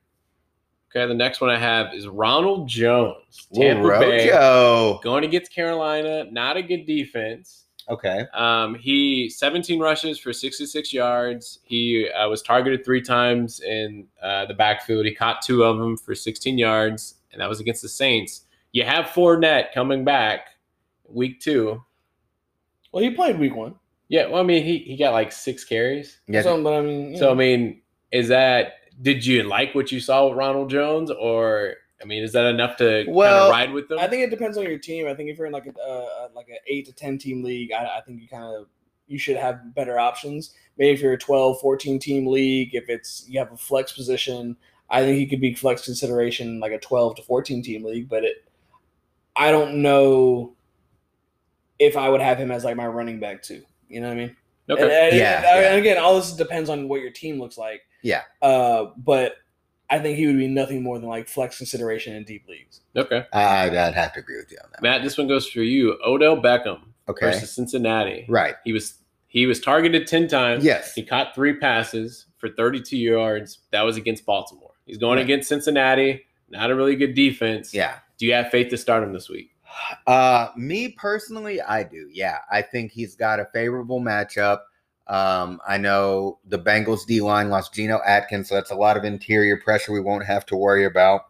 [SPEAKER 3] Okay, the next one I have is Ronald Jones.
[SPEAKER 2] Whoa,
[SPEAKER 3] Tampa Bay
[SPEAKER 2] Rojo.
[SPEAKER 3] going against Carolina, not a good defense.
[SPEAKER 2] Okay.
[SPEAKER 3] Um, he 17 rushes for 66 yards. He uh, was targeted three times in uh, the backfield. He caught two of them for 16 yards, and that was against the Saints. You have Fournette coming back week two.
[SPEAKER 1] Well, he played week one,
[SPEAKER 3] Yeah, well, I mean, he, he got like six carries.
[SPEAKER 2] Yeah.
[SPEAKER 1] so, but I mean, you
[SPEAKER 3] So, I
[SPEAKER 1] know.
[SPEAKER 3] mean, is that did you like what you saw with Ronald Jones, or I mean, is that enough to
[SPEAKER 2] Well,
[SPEAKER 3] kind of ride with them?
[SPEAKER 1] I think it depends on your team. I think if you're in like a uh, like an eight to ten team league, I, I think you kind of you should have better options. Maybe if you're a 12, 14 team league, if it's you have a flex position, I think he could be flex consideration in like a twelve to fourteen team league. But it, I don't know if I would have him as like my running back too. You know what I mean?
[SPEAKER 3] okay.
[SPEAKER 1] And, and-
[SPEAKER 2] Yeah,
[SPEAKER 1] and-
[SPEAKER 2] yeah.
[SPEAKER 1] and again, all this depends on what your team looks like.
[SPEAKER 2] Yeah.
[SPEAKER 1] Uh, but I think he would be nothing more than like flex consideration in deep leagues.
[SPEAKER 3] Okay.
[SPEAKER 2] I, I'd have to agree with you on that.
[SPEAKER 3] Matt, this one goes for you. Odell Beckham
[SPEAKER 2] Okay.
[SPEAKER 3] versus Cincinnati.
[SPEAKER 2] Right.
[SPEAKER 3] He was he was targeted ten times.
[SPEAKER 2] Yes.
[SPEAKER 3] He caught three passes for 32 yards. That was against Baltimore. He's going
[SPEAKER 2] Right.
[SPEAKER 3] against Cincinnati. Not a really good defense.
[SPEAKER 2] Yeah.
[SPEAKER 3] Do you have faith to start him this week?
[SPEAKER 2] Uh, me personally, I do. Yeah, I think he's got a favorable matchup. Um, I know the Bengals D line lost Geno Atkins, so that's a lot of interior pressure we won't have to worry about,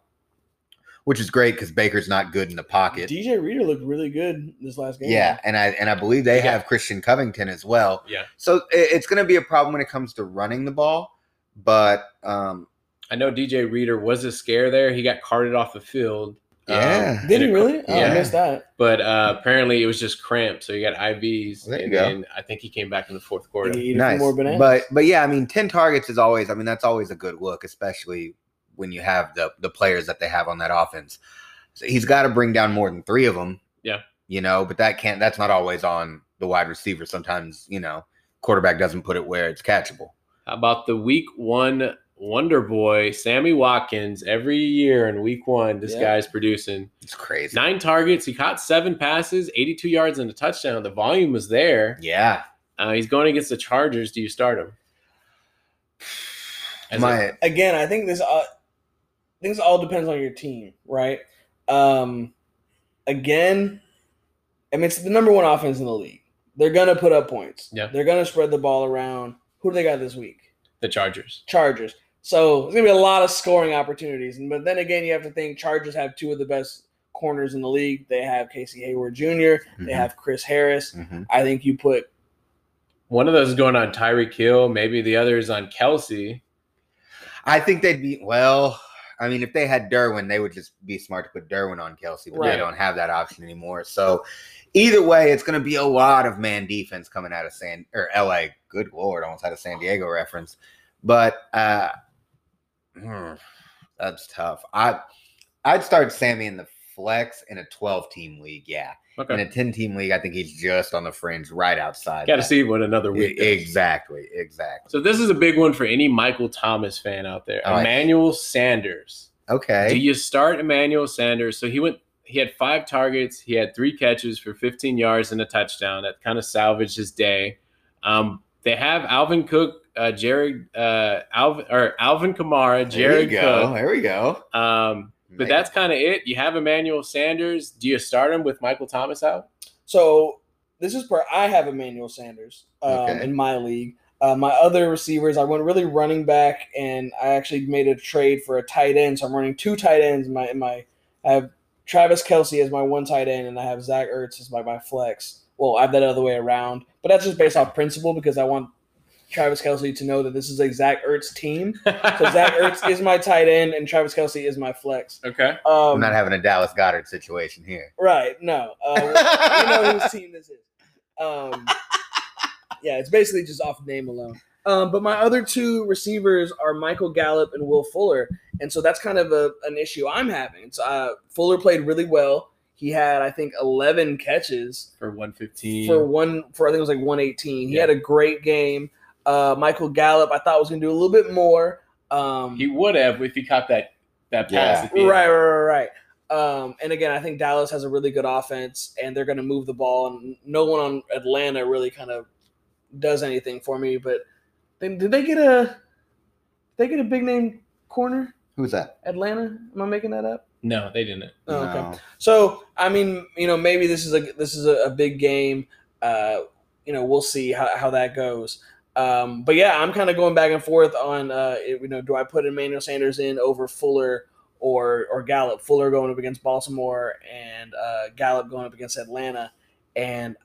[SPEAKER 2] which is great because Baker's not good in the pocket.
[SPEAKER 1] DJ Reader looked really good this last game.
[SPEAKER 2] Yeah, and I and I believe they
[SPEAKER 3] Yeah.
[SPEAKER 2] have Christian Covington as well.
[SPEAKER 3] Yeah.
[SPEAKER 2] So it, it's going to be a problem when it comes to running the ball, but um,
[SPEAKER 3] I know DJ Reader was a scare there. He got carted off the field. um,
[SPEAKER 2] Yeah.
[SPEAKER 1] Did he
[SPEAKER 3] and it-
[SPEAKER 1] really? Oh,
[SPEAKER 2] Yeah.
[SPEAKER 1] I missed that.
[SPEAKER 3] But uh, apparently it was just cramp. So he got IVs.
[SPEAKER 2] There you
[SPEAKER 3] and
[SPEAKER 2] go.
[SPEAKER 3] then I think he came back in the fourth quarter.
[SPEAKER 1] Did he eat a few
[SPEAKER 2] nice.
[SPEAKER 1] more bananas?
[SPEAKER 2] But but yeah, I mean, ten targets is always. I mean, that's always a good look, especially when you have the the players that they have on that offense. So he's got to bring down more than three of them.
[SPEAKER 3] Yeah.
[SPEAKER 2] you know, but that can't. That's not always on the wide receiver. Sometimes you know, quarterback doesn't put it where it's catchable.
[SPEAKER 3] How about the week one Wonder Boy, Sammy Watkins? Every year in week one, this
[SPEAKER 1] Yeah.
[SPEAKER 3] guy's producing
[SPEAKER 2] It's crazy.
[SPEAKER 3] nine targets. He caught seven passes, 82 yards, and a touchdown. The volume was there.
[SPEAKER 2] yeah,
[SPEAKER 3] Uh, he's going against the Chargers. Do you start him? As
[SPEAKER 2] my
[SPEAKER 3] a-
[SPEAKER 1] again, I think this uh, things all depends on your team, right? Um, again, I mean it's the number one offense in the league. They're gonna put up points.
[SPEAKER 3] Yeah.
[SPEAKER 1] They're gonna spread the ball around. Who do they got this week?
[SPEAKER 3] the Chargers.
[SPEAKER 1] Chargers. So there's gonna be a lot of scoring opportunities. But then again, you have to think Chargers have two of the best corners in the league. They have Casey Hayward junior They
[SPEAKER 2] Mhm,
[SPEAKER 1] have Chris Harris.
[SPEAKER 2] mhm.
[SPEAKER 1] I think you put
[SPEAKER 3] One of those is going on Tyreek Hill. Maybe the other is on Kelsey.
[SPEAKER 2] I think they'd be well. I mean, if they had Derwin, they would just be smart to put Derwin on Kelsey, but
[SPEAKER 1] Right.
[SPEAKER 2] they don't have that option anymore. So, either way, it's going to be a lot of man defense coming out of San or LA. Good lord, I almost had a San Diego reference, but uh, hmm, that's tough. I I'd start Sammy in the flex in a twelve team league. Yeah, in
[SPEAKER 3] Okay.
[SPEAKER 2] a ten team league, I think he's just on the fringe, right outside.
[SPEAKER 3] Got to
[SPEAKER 2] that.
[SPEAKER 3] see what another
[SPEAKER 2] E-
[SPEAKER 3] week. does.
[SPEAKER 2] exactly, exactly.
[SPEAKER 3] So this is a big one for any Michael Thomas fan out there.
[SPEAKER 2] All right.
[SPEAKER 3] Emmanuel Sanders.
[SPEAKER 2] Okay,
[SPEAKER 3] Do you start Emmanuel Sanders? So he went. He had five targets. He had three catches for 15 yards and a touchdown. That kind of salvaged his day. Um, they have Alvin Cook, uh, Jared, uh, Alvin or Alvin Kamara,
[SPEAKER 2] there we
[SPEAKER 3] Jared
[SPEAKER 2] go.
[SPEAKER 3] Cook.
[SPEAKER 2] There we go.
[SPEAKER 3] Um, but
[SPEAKER 2] Make-
[SPEAKER 3] that's kind of it. You have Emmanuel Sanders. Do you start him with Michael Thomas out?
[SPEAKER 1] So this is where I have Emmanuel Sanders um,
[SPEAKER 2] Okay.
[SPEAKER 1] in my league. Uh, my other receivers, I went really running back, and I actually made a trade for a tight end. So I'm running two tight ends. in My in my I have Travis Kelsey as my one tight end, and I have Zach Ertz as my my flex. Well, I have that other way around, but that's just based off principle because I want Travis Kelsey to know that this is a Zach Ertz team. So
[SPEAKER 3] [laughs]
[SPEAKER 1] Zach Ertz is my tight end, and Travis Kelsey is my flex.
[SPEAKER 3] okay.
[SPEAKER 2] I'm
[SPEAKER 1] Um,
[SPEAKER 2] not having a Dallas Goddard situation here.
[SPEAKER 1] right? No. Uh, [laughs] you know whose team this is. Um, yeah, it's basically just off name alone. Um, but my other two receivers are Michael Gallup and Will Fuller, and so that's kind of a, an issue I'm having. So, uh, Fuller played really well. He had, I think, 11 catches
[SPEAKER 3] For 115.
[SPEAKER 1] for one for I think it was like 118. He
[SPEAKER 3] Yeah.
[SPEAKER 1] had a great game. Uh, Michael Gallup, I thought was going to do a little bit more. Um,
[SPEAKER 3] he would have if he caught that that pass.
[SPEAKER 2] Yeah.
[SPEAKER 3] At the end.
[SPEAKER 1] Right, right, right, right. Um, and again, I think Dallas has a really good offense, and they're going to move the ball, and no one on Atlanta really kind of does anything for me. But then, did they get a? Did they get a big name corner?
[SPEAKER 2] Who's that?
[SPEAKER 1] Atlanta? Am I making that up?
[SPEAKER 3] No, they didn't.
[SPEAKER 1] Oh, okay.
[SPEAKER 2] No.
[SPEAKER 1] So I mean, you know, maybe this is a this is a, a big game. Uh, you know, we'll see how, how that goes. Um, but yeah, I'm kind of going back and forth on uh, it- you know, do I put Emmanuel Sanders in over Fuller or or Gallup? Fuller going up against Baltimore and uh, Gallup going up against Atlanta. And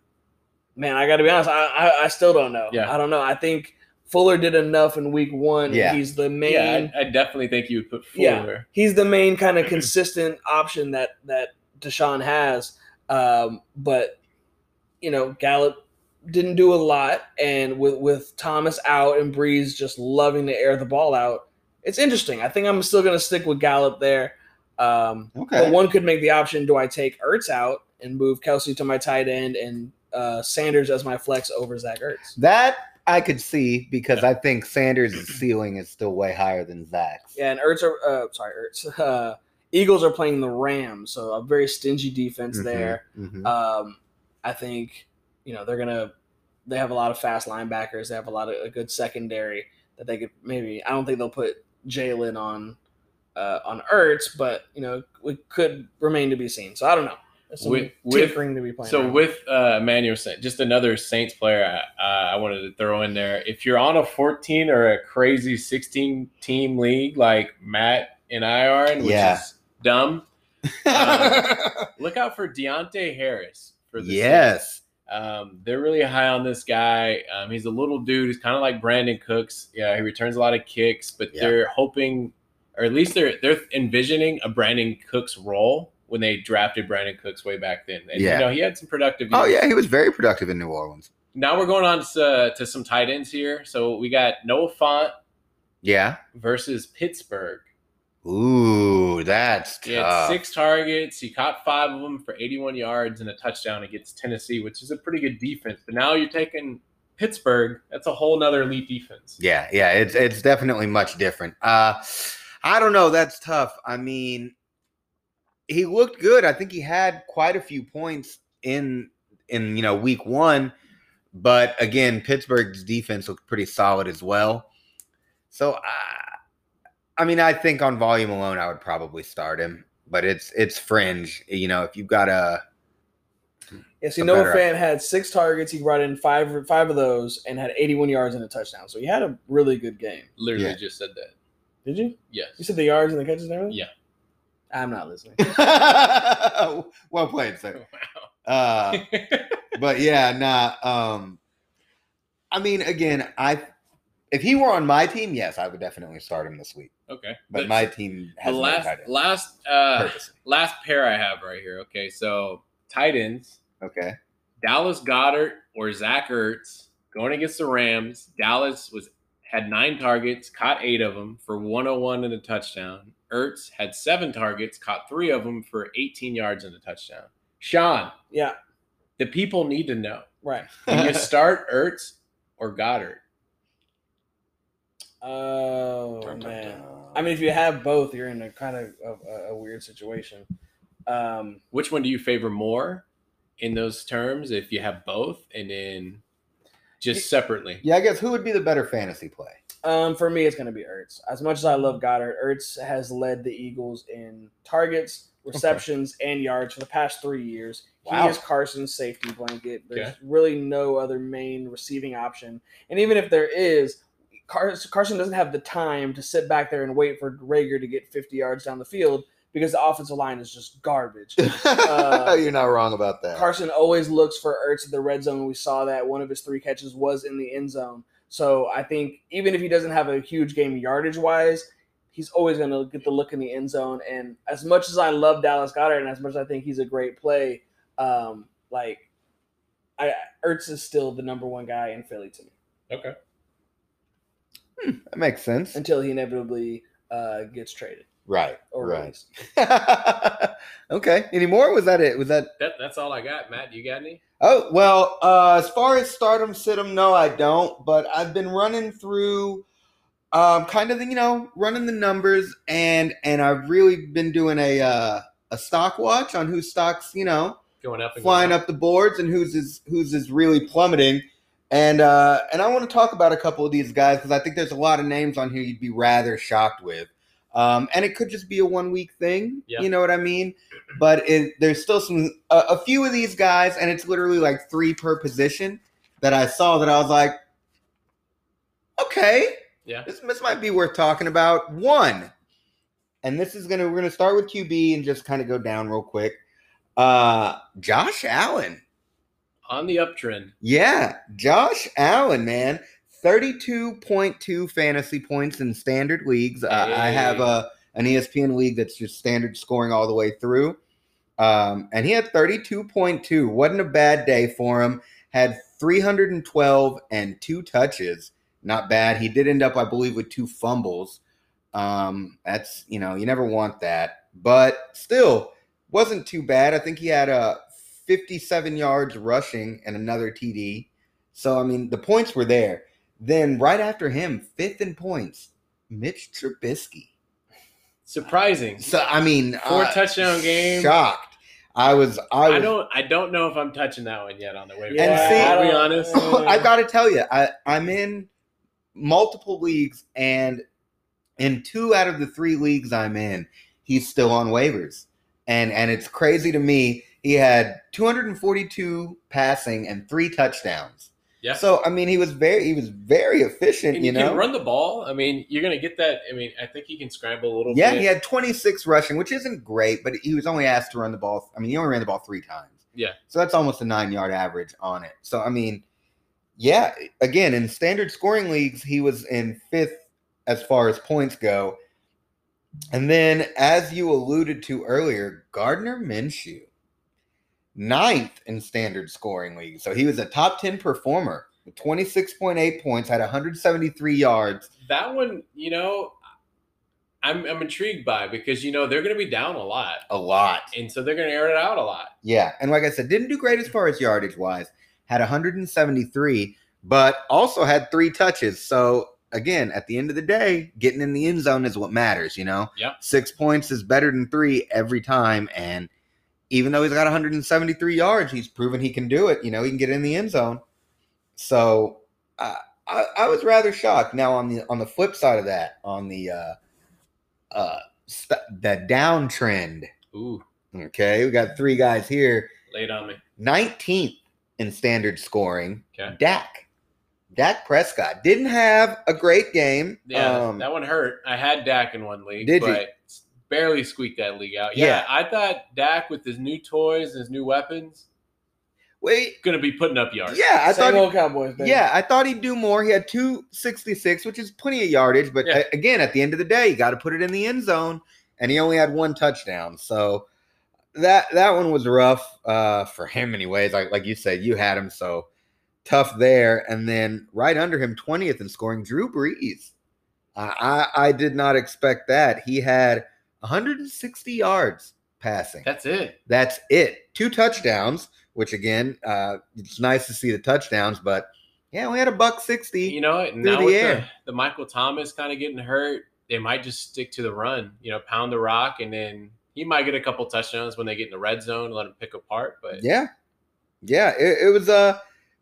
[SPEAKER 1] man, I got to be honest, I, I I still don't know.
[SPEAKER 3] Yeah.
[SPEAKER 1] I don't know. I think Fuller did enough in Week One.
[SPEAKER 2] Yeah.
[SPEAKER 1] he's the main
[SPEAKER 3] Yeah, I, I definitely think you would put
[SPEAKER 1] Yeah.
[SPEAKER 3] Fuller.
[SPEAKER 1] he's the main kind of consistent option that that Deshaun has. Um, but you know, Gallup didn't do a lot, and with with Thomas out and Breeze just loving to air the ball out, it's interesting. I think I'm still going to stick with Gallup there. Um, But
[SPEAKER 2] Okay.
[SPEAKER 1] one could make the option: do I take Ertz out and move Kelsey to my tight end and uh, Sanders as my flex over Zach Ertz?
[SPEAKER 2] That I could see because I think Sanders' ceiling is still way higher than Zach's.
[SPEAKER 1] Yeah, and Ertz are uh, sorry, Ertz. [laughs] Uh, Eagles are playing the Rams, so a very stingy defense
[SPEAKER 2] Mhm,
[SPEAKER 1] there.
[SPEAKER 2] mhm.
[SPEAKER 3] Mm-hmm.
[SPEAKER 1] Um, I think you know they're gonna. They have a lot of fast linebackers. They have a lot of a good secondary that they could maybe. I don't think they'll put Jalen on uh, on Ertz, but you know it could remain to be seen. So I don't know. That's some
[SPEAKER 3] With- with-
[SPEAKER 1] tinkering to be playing.
[SPEAKER 3] So
[SPEAKER 1] around.
[SPEAKER 3] with uh, Emmanuel, Sa- just another Saints player I, uh, I wanted to throw in there. If you're on a 14 or a crazy 16 team league like Matt and I are in, which
[SPEAKER 2] Yeah.
[SPEAKER 3] is dumb, look out for Deontay Harris
[SPEAKER 1] [laughs]
[SPEAKER 3] Uh, for the Saints.
[SPEAKER 2] yes.
[SPEAKER 3] Um, they're really high on this guy. Um, he's a little dude. He's kind of like Brandon Cooks. Yeah, he returns a lot of kicks, but
[SPEAKER 2] Yeah.
[SPEAKER 3] they're hoping, or at least they're they're envisioning a Brandon Cooks role when they drafted Brandon Cooks way back then. And
[SPEAKER 2] Yeah.
[SPEAKER 3] you know, he had some productive.
[SPEAKER 2] Oh
[SPEAKER 3] years.
[SPEAKER 2] yeah, he was very productive in New Orleans.
[SPEAKER 3] Now we're going on to, to some tight ends here. So we got Noah Font
[SPEAKER 2] Yeah.
[SPEAKER 3] versus Pittsburgh.
[SPEAKER 2] Ooh, that's
[SPEAKER 3] He had
[SPEAKER 2] tough.
[SPEAKER 3] six targets. He caught five of them for 81 yards and a touchdown against Tennessee, which is a pretty good defense. But now you're taking Pittsburgh. That's a whole nother elite defense.
[SPEAKER 2] Yeah, yeah, it's it's definitely much different. Uh I don't know, that's tough. I mean, he looked good. I think he had quite a few points in in you know week 1, but again, Pittsburgh's defense looked pretty solid as well. So I I mean, I think on volume alone I would probably start him, but it's it's fringe, you know, if you've got a
[SPEAKER 1] Yeah, see,
[SPEAKER 2] the
[SPEAKER 1] Noah
[SPEAKER 2] better.
[SPEAKER 1] Fan had six targets. He brought in five five of those and had 81 yards and a touchdown. So he had a really good game.
[SPEAKER 3] Literally
[SPEAKER 2] Yeah.
[SPEAKER 3] just said that.
[SPEAKER 1] Did you? You
[SPEAKER 3] Yes.
[SPEAKER 1] said the yards and the catches and everything?
[SPEAKER 3] Yeah.
[SPEAKER 1] I'm not listening.
[SPEAKER 2] [laughs] well played, sir.
[SPEAKER 3] [laughs] Wow. [laughs]
[SPEAKER 2] Uh but yeah, nah. Um, I mean, again, I if he were on my team, yes, I would definitely start him this week.
[SPEAKER 3] okay.
[SPEAKER 2] But my team
[SPEAKER 3] the
[SPEAKER 2] has no
[SPEAKER 3] last
[SPEAKER 2] tight end,
[SPEAKER 3] last uh,
[SPEAKER 2] purposely.
[SPEAKER 3] last pair I have right here. Okay, so tight ends.
[SPEAKER 1] [laughs]
[SPEAKER 2] Okay,
[SPEAKER 3] Dallas Goddard or Zach Ertz going against the Rams. Dallas was had nine targets, caught eight of them for 101 and a touchdown. Ertz had seven targets, caught three of them for 18 yards and a touchdown. Sean,
[SPEAKER 1] yeah,
[SPEAKER 3] the people need to know:
[SPEAKER 1] right.
[SPEAKER 3] do
[SPEAKER 2] [laughs]
[SPEAKER 3] you start Ertz or Goddard?
[SPEAKER 1] Oh,
[SPEAKER 3] Dun, dun,
[SPEAKER 1] man. I mean, if you have both, you're in a kind of a, a, a weird situation. Um,
[SPEAKER 3] Which one do you favor more in those terms? If you have both, and then just separately.
[SPEAKER 2] yeah, I guess who would be the better
[SPEAKER 1] [laughs]
[SPEAKER 2] fantasy play?
[SPEAKER 1] um, for me, it's going to be Ertz. As much as I love Goddard, Ertz has led the Eagles in targets, receptions, and yards for the past three years.
[SPEAKER 2] Wow.
[SPEAKER 1] He is Carson's safety blanket. There's
[SPEAKER 3] Okay.
[SPEAKER 1] really no other main receiving option. And even if there is, Car- Carson doesn't have the time to sit back there and wait for Rager to get 50 yards down the field because the offensive line is just garbage. Uh,
[SPEAKER 2] [laughs] You're not wrong about that.
[SPEAKER 1] Carson always looks for Ertz in the red zone. We saw that one of his three catches was in the end zone. So I think even if he doesn't have a huge game yardage wise, he's always going to get the look in the end zone. And as much as I love Dallas Goddard and as much as I think he's a great play, um, like I, Ertz is still the number one guy in Philly to me
[SPEAKER 3] Okay.
[SPEAKER 2] that makes sense,
[SPEAKER 1] until he inevitably uh, gets traded
[SPEAKER 2] right?
[SPEAKER 1] or
[SPEAKER 2] Right.
[SPEAKER 1] released.
[SPEAKER 2] [laughs] okay. Any more? Was that it? Was that
[SPEAKER 3] That, that's all I got, Matt. You got any?
[SPEAKER 2] Oh well, uh, as far as stardom, situm, no, I don't. But I've been running through, um, kind of the, you know running the numbers, and and I've really been doing a uh, a stock watch on who stocks you know
[SPEAKER 3] Going up and
[SPEAKER 2] flying
[SPEAKER 3] going
[SPEAKER 2] up the boards and who's is who's is really plummeting, and uh, and I want to talk about a couple of these guys because I think there's a lot of names on here you'd be rather shocked with. Um, and it could just be a one week thing,
[SPEAKER 3] Yeah.
[SPEAKER 2] you know what I mean? But it, there's still some a, a few of these guys, and it's literally like three per position that I saw that I was like, okay,
[SPEAKER 3] Yeah.
[SPEAKER 2] this, this might be worth talking about. One, and this is gonna we're gonna start with QB and just kind of go down real quick. Uh, Josh Allen,
[SPEAKER 3] on the uptrend.
[SPEAKER 2] yeah, Josh Allen, man. 32.2 fantasy points in standard leagues. Uh, I have
[SPEAKER 3] Hey.
[SPEAKER 2] a, an E ESPN league that's just standard scoring all the way through. Um, and he had 32.2. Wasn't a bad day for him. Had 312 and two touches. Not bad. He did end up, I believe, with two fumbles. Um, that's, you know, you never want that. But still, wasn't too bad. I think he had uh, 57 yards rushing and another TD. So I mean, the points were there. Then right after him, fifth in points, Mitch Trubisky.
[SPEAKER 3] Surprising.
[SPEAKER 2] So I mean,
[SPEAKER 3] Four
[SPEAKER 2] uh,
[SPEAKER 3] touchdown game.
[SPEAKER 2] Shocked. I was. I was.
[SPEAKER 3] I don't. I don't know if I'm touching that one yet on the waiver.
[SPEAKER 2] And
[SPEAKER 3] wire,
[SPEAKER 2] see-
[SPEAKER 3] I'll be [laughs]
[SPEAKER 2] [laughs]
[SPEAKER 3] honest.
[SPEAKER 2] I gotta tell you, I, I'm in multiple leagues, and in two out of the three leagues I'm in, he's still on waivers, and and it's crazy to me. He had 242 passing and three touchdowns.
[SPEAKER 3] Yeah.
[SPEAKER 2] So I mean, he was very he was very efficient.
[SPEAKER 3] And
[SPEAKER 2] you
[SPEAKER 3] you,
[SPEAKER 2] know.
[SPEAKER 3] can run the ball. I mean, you're gonna get that. I mean, I think he can scramble a little
[SPEAKER 2] yeah,
[SPEAKER 3] bit.
[SPEAKER 2] he had 26 rushing, which isn't great, but he was only asked to run the ball. I mean, he only ran the ball three times.
[SPEAKER 3] Yeah.
[SPEAKER 2] So that's almost a nine yard average on it. So, I mean, yeah, again, in standard scoring leagues, he was in fifth as far as points go. And then, as you alluded to earlier, Gardner Minshew, ninth in standard scoring leagues. So he was a top 10 performer. with 26.8 points, had 173 yards.
[SPEAKER 3] That one, you know, I'm I'm intrigued by because you know they're gonna be down a lot,
[SPEAKER 2] A lot.
[SPEAKER 3] and so they're gonna air it out a lot.
[SPEAKER 2] Yeah, and like I said, didn't do great as far as yardage wise. Had 173, but also had three touches. So again, at the end of the day, getting in the end zone is what matters. You know,
[SPEAKER 3] Yep.
[SPEAKER 2] six points is better than three every time. And even though he's got 173 yards, he's proven he can do it. You know, he can get in the end zone. So I I, I was rather shocked. Now on the on the flip side of that, on the uh, uh, st- the downtrend.
[SPEAKER 3] Ooh,
[SPEAKER 2] Okay, we got three guys here.
[SPEAKER 3] laid on me.
[SPEAKER 2] 19th in standard scoring.
[SPEAKER 3] Okay.
[SPEAKER 2] Dak. Dak Prescott didn't have a great game.
[SPEAKER 3] Yeah,
[SPEAKER 2] Um,
[SPEAKER 3] that one hurt. I had Dak in one league,
[SPEAKER 2] Did you?
[SPEAKER 3] but barely squeaked that league out. Yeah,
[SPEAKER 2] Yeah.
[SPEAKER 3] I thought Dak with his new toys, his new weapons,
[SPEAKER 2] wait,
[SPEAKER 3] gonna be putting up yards.
[SPEAKER 2] yeah, I
[SPEAKER 1] Same
[SPEAKER 2] thought.
[SPEAKER 1] old Cowboys,
[SPEAKER 2] he-
[SPEAKER 1] baby.
[SPEAKER 2] yeah, I thought he'd do more. He had 266, which is plenty of yardage, but
[SPEAKER 3] Yeah.
[SPEAKER 2] a- again, at the end of the day, you got to put it in the end zone, and he only had one touchdown. So that that one was rough uh, for him, anyways. Like like you said, you had him, so tough there. And then right under him, 20th in scoring, Drew Brees. I, I, I did not expect that. He had 160 yards passing.
[SPEAKER 3] That's it.
[SPEAKER 2] That's it. Two touchdowns, which again, uh, it's nice to see the touchdowns, but yeah, we had a buck 60.
[SPEAKER 3] You know, and
[SPEAKER 2] Through
[SPEAKER 3] now
[SPEAKER 2] the
[SPEAKER 3] with the,
[SPEAKER 2] air.
[SPEAKER 3] the Michael Thomas kind of getting hurt, they might just stick to the run. You know, pound the rock, and then he might get a couple touchdowns when they get in the red zone, let him pick apart. But
[SPEAKER 2] yeah. Yeah, it, it was uh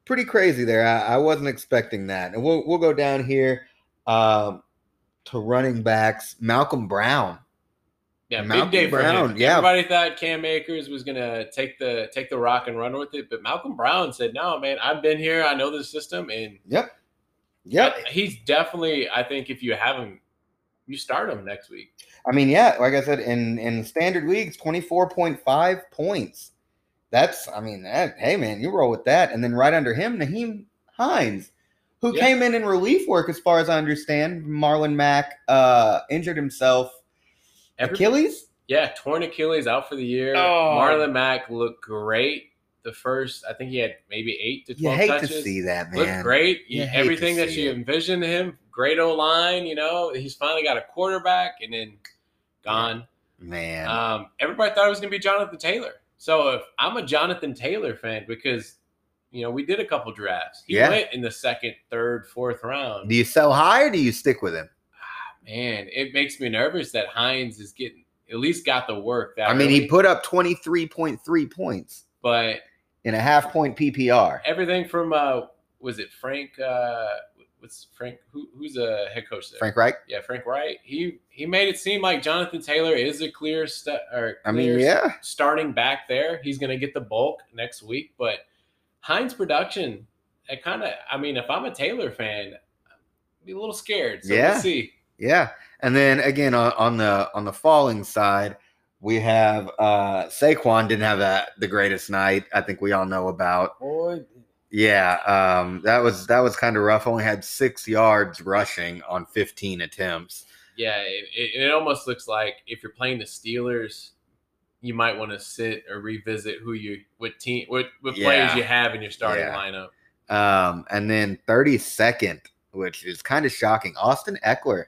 [SPEAKER 2] pretty crazy there. I, I wasn't expecting that. And we'll we'll go down here um to running backs. Malcolm Brown.
[SPEAKER 3] yeah,
[SPEAKER 2] Malcolm
[SPEAKER 3] big day for
[SPEAKER 2] Brown,
[SPEAKER 3] him.
[SPEAKER 2] yeah.
[SPEAKER 3] Everybody thought Cam Akers was gonna take the take the rock and run with it, but Malcolm Brown said, "No, man, I've been here. I know the system, and
[SPEAKER 2] Yep. Yep.
[SPEAKER 3] But he's definitely. I think if you have him, you start him next week.
[SPEAKER 2] I mean, yeah, like I said, in in standard leagues, twenty four point five points. That's, I mean, that, hey man, you roll with that. And then right under him, Naheem Hines, who
[SPEAKER 3] Yeah.
[SPEAKER 2] came in in relief work, as far as I understand. Marlon Mack uh, injured himself,
[SPEAKER 3] Every-
[SPEAKER 2] Achilles.
[SPEAKER 3] yeah, torn Achilles out for the year.
[SPEAKER 1] Oh.
[SPEAKER 3] Marlon Mack looked great. The first, I think he had maybe eight to
[SPEAKER 2] You
[SPEAKER 3] twelve
[SPEAKER 2] hate
[SPEAKER 3] touches.
[SPEAKER 2] to see that, man.
[SPEAKER 3] Looked great.
[SPEAKER 2] You hate to
[SPEAKER 3] Everything that
[SPEAKER 2] see
[SPEAKER 3] you
[SPEAKER 2] it.
[SPEAKER 3] envisioned him. Great O line. You know, he's finally got a quarterback, and then gone.
[SPEAKER 2] man.
[SPEAKER 3] Um, everybody thought it was going to be Jonathan Taylor. So if I'm a Jonathan Taylor fan because you know we did a couple drafts. He
[SPEAKER 2] Yeah.
[SPEAKER 3] went in the second, third, fourth round.
[SPEAKER 2] do you sell high or do you stick with him?
[SPEAKER 3] Man, it makes me nervous that Hines is getting at least got the work. That
[SPEAKER 2] I mean, he
[SPEAKER 3] early,
[SPEAKER 2] put up twenty three point three points
[SPEAKER 3] but
[SPEAKER 2] in a half point PPR.
[SPEAKER 3] everything from uh, was it Frank? Uh, what's Frank? Who, who's a head coach there?
[SPEAKER 2] Frank Reich.
[SPEAKER 3] Yeah, Frank Wright. He he made it seem like Jonathan Taylor is a clear stu- or
[SPEAKER 2] I mean,
[SPEAKER 3] clear
[SPEAKER 2] yeah,
[SPEAKER 3] starting back there. He's going to get the bulk next week, but Heinz production, I kind of, I mean, if I'm a Taylor fan, I'd be a little scared. So
[SPEAKER 2] Yeah.
[SPEAKER 3] we'll see.
[SPEAKER 2] Yeah, and then again on, on the on the falling side, we have uh Saquon didn't have that the greatest night. I think we all know about.
[SPEAKER 1] Boy,
[SPEAKER 2] Yeah, um, that was that was kind of rough. Only had six yards rushing on fifteen attempts.
[SPEAKER 3] Yeah, it, it, it almost looks like if you're playing the Steelers, you might want to sit or revisit who you, what team, what, what
[SPEAKER 2] Yeah.
[SPEAKER 3] players you have in your starting
[SPEAKER 2] Yeah.
[SPEAKER 3] lineup.
[SPEAKER 2] Um, and then thirty second, which is kind of shocking. Austin Eckler.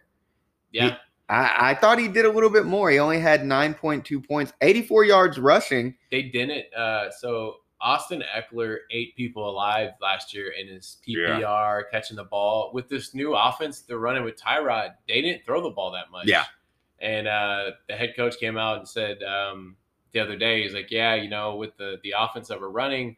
[SPEAKER 3] Yeah.
[SPEAKER 2] He- I, I thought he did a little bit more. He only had nine point two points, eighty four yards rushing.
[SPEAKER 3] They didn't. Uh, so Austin Eckler ate people alive last year in his
[SPEAKER 2] Yeah.
[SPEAKER 3] PPR catching the ball. With this new offense they're running with Tyrod, they didn't throw the ball that much.
[SPEAKER 2] Yeah.
[SPEAKER 3] And uh, the head coach came out and said um, the other day, he's like, "Yeah, you know, with the the offense that we're running,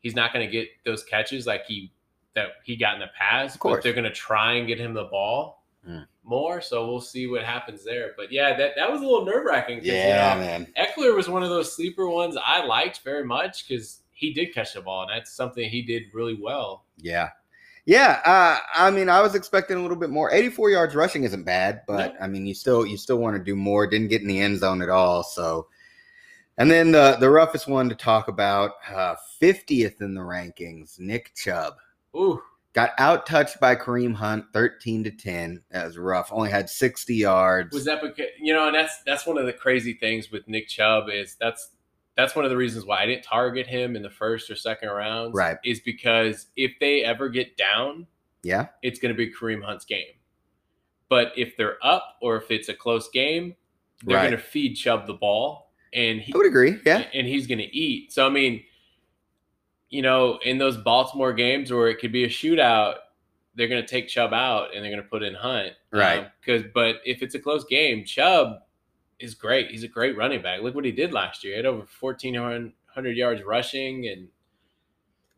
[SPEAKER 3] he's not going to get those catches like he that he got in the past.
[SPEAKER 2] Of course.
[SPEAKER 3] But they're going to try and get him the ball
[SPEAKER 2] Mm.
[SPEAKER 3] more. So we'll see what happens there. But yeah, that that was a little nerve wracking.
[SPEAKER 2] Yeah, man.
[SPEAKER 3] Eckler was one of those sleeper ones I liked very much because he did catch the ball, and that's something he did really well.
[SPEAKER 2] Yeah. Yeah, uh, I mean, I was expecting a little bit more. 84 yards rushing isn't bad, but I mean, you still you still want to do more. Didn't get in the end zone at all, so. And then the the roughest one to talk about, uh, 50th in the rankings, Nick Chubb.
[SPEAKER 3] Ooh,
[SPEAKER 2] Got out touched by Kareem Hunt, 13 to 10. That was rough. Only had 60 yards.
[SPEAKER 3] was that because you know? And that's that's one of the crazy things with Nick Chubb is that's that's one of the reasons why I didn't target him in the first or second rounds.
[SPEAKER 2] Right.
[SPEAKER 3] is because if they ever get down,
[SPEAKER 2] yeah.
[SPEAKER 3] it's going to be Kareem Hunt's game. But if they're up or if it's a close game, they're
[SPEAKER 2] Right.
[SPEAKER 3] going to feed Chubb the ball, and he,
[SPEAKER 2] I would agree. Yeah.
[SPEAKER 3] and he's going to eat. So I mean, you know, in those Baltimore games where it could be a shootout, they're going to take Chubb out and they're going to put in Hunt,
[SPEAKER 2] Right.
[SPEAKER 3] Because but if it's a close game, Chubb is great. He's a great running back. Look what he did last year. He had over fourteen hundred yards rushing and.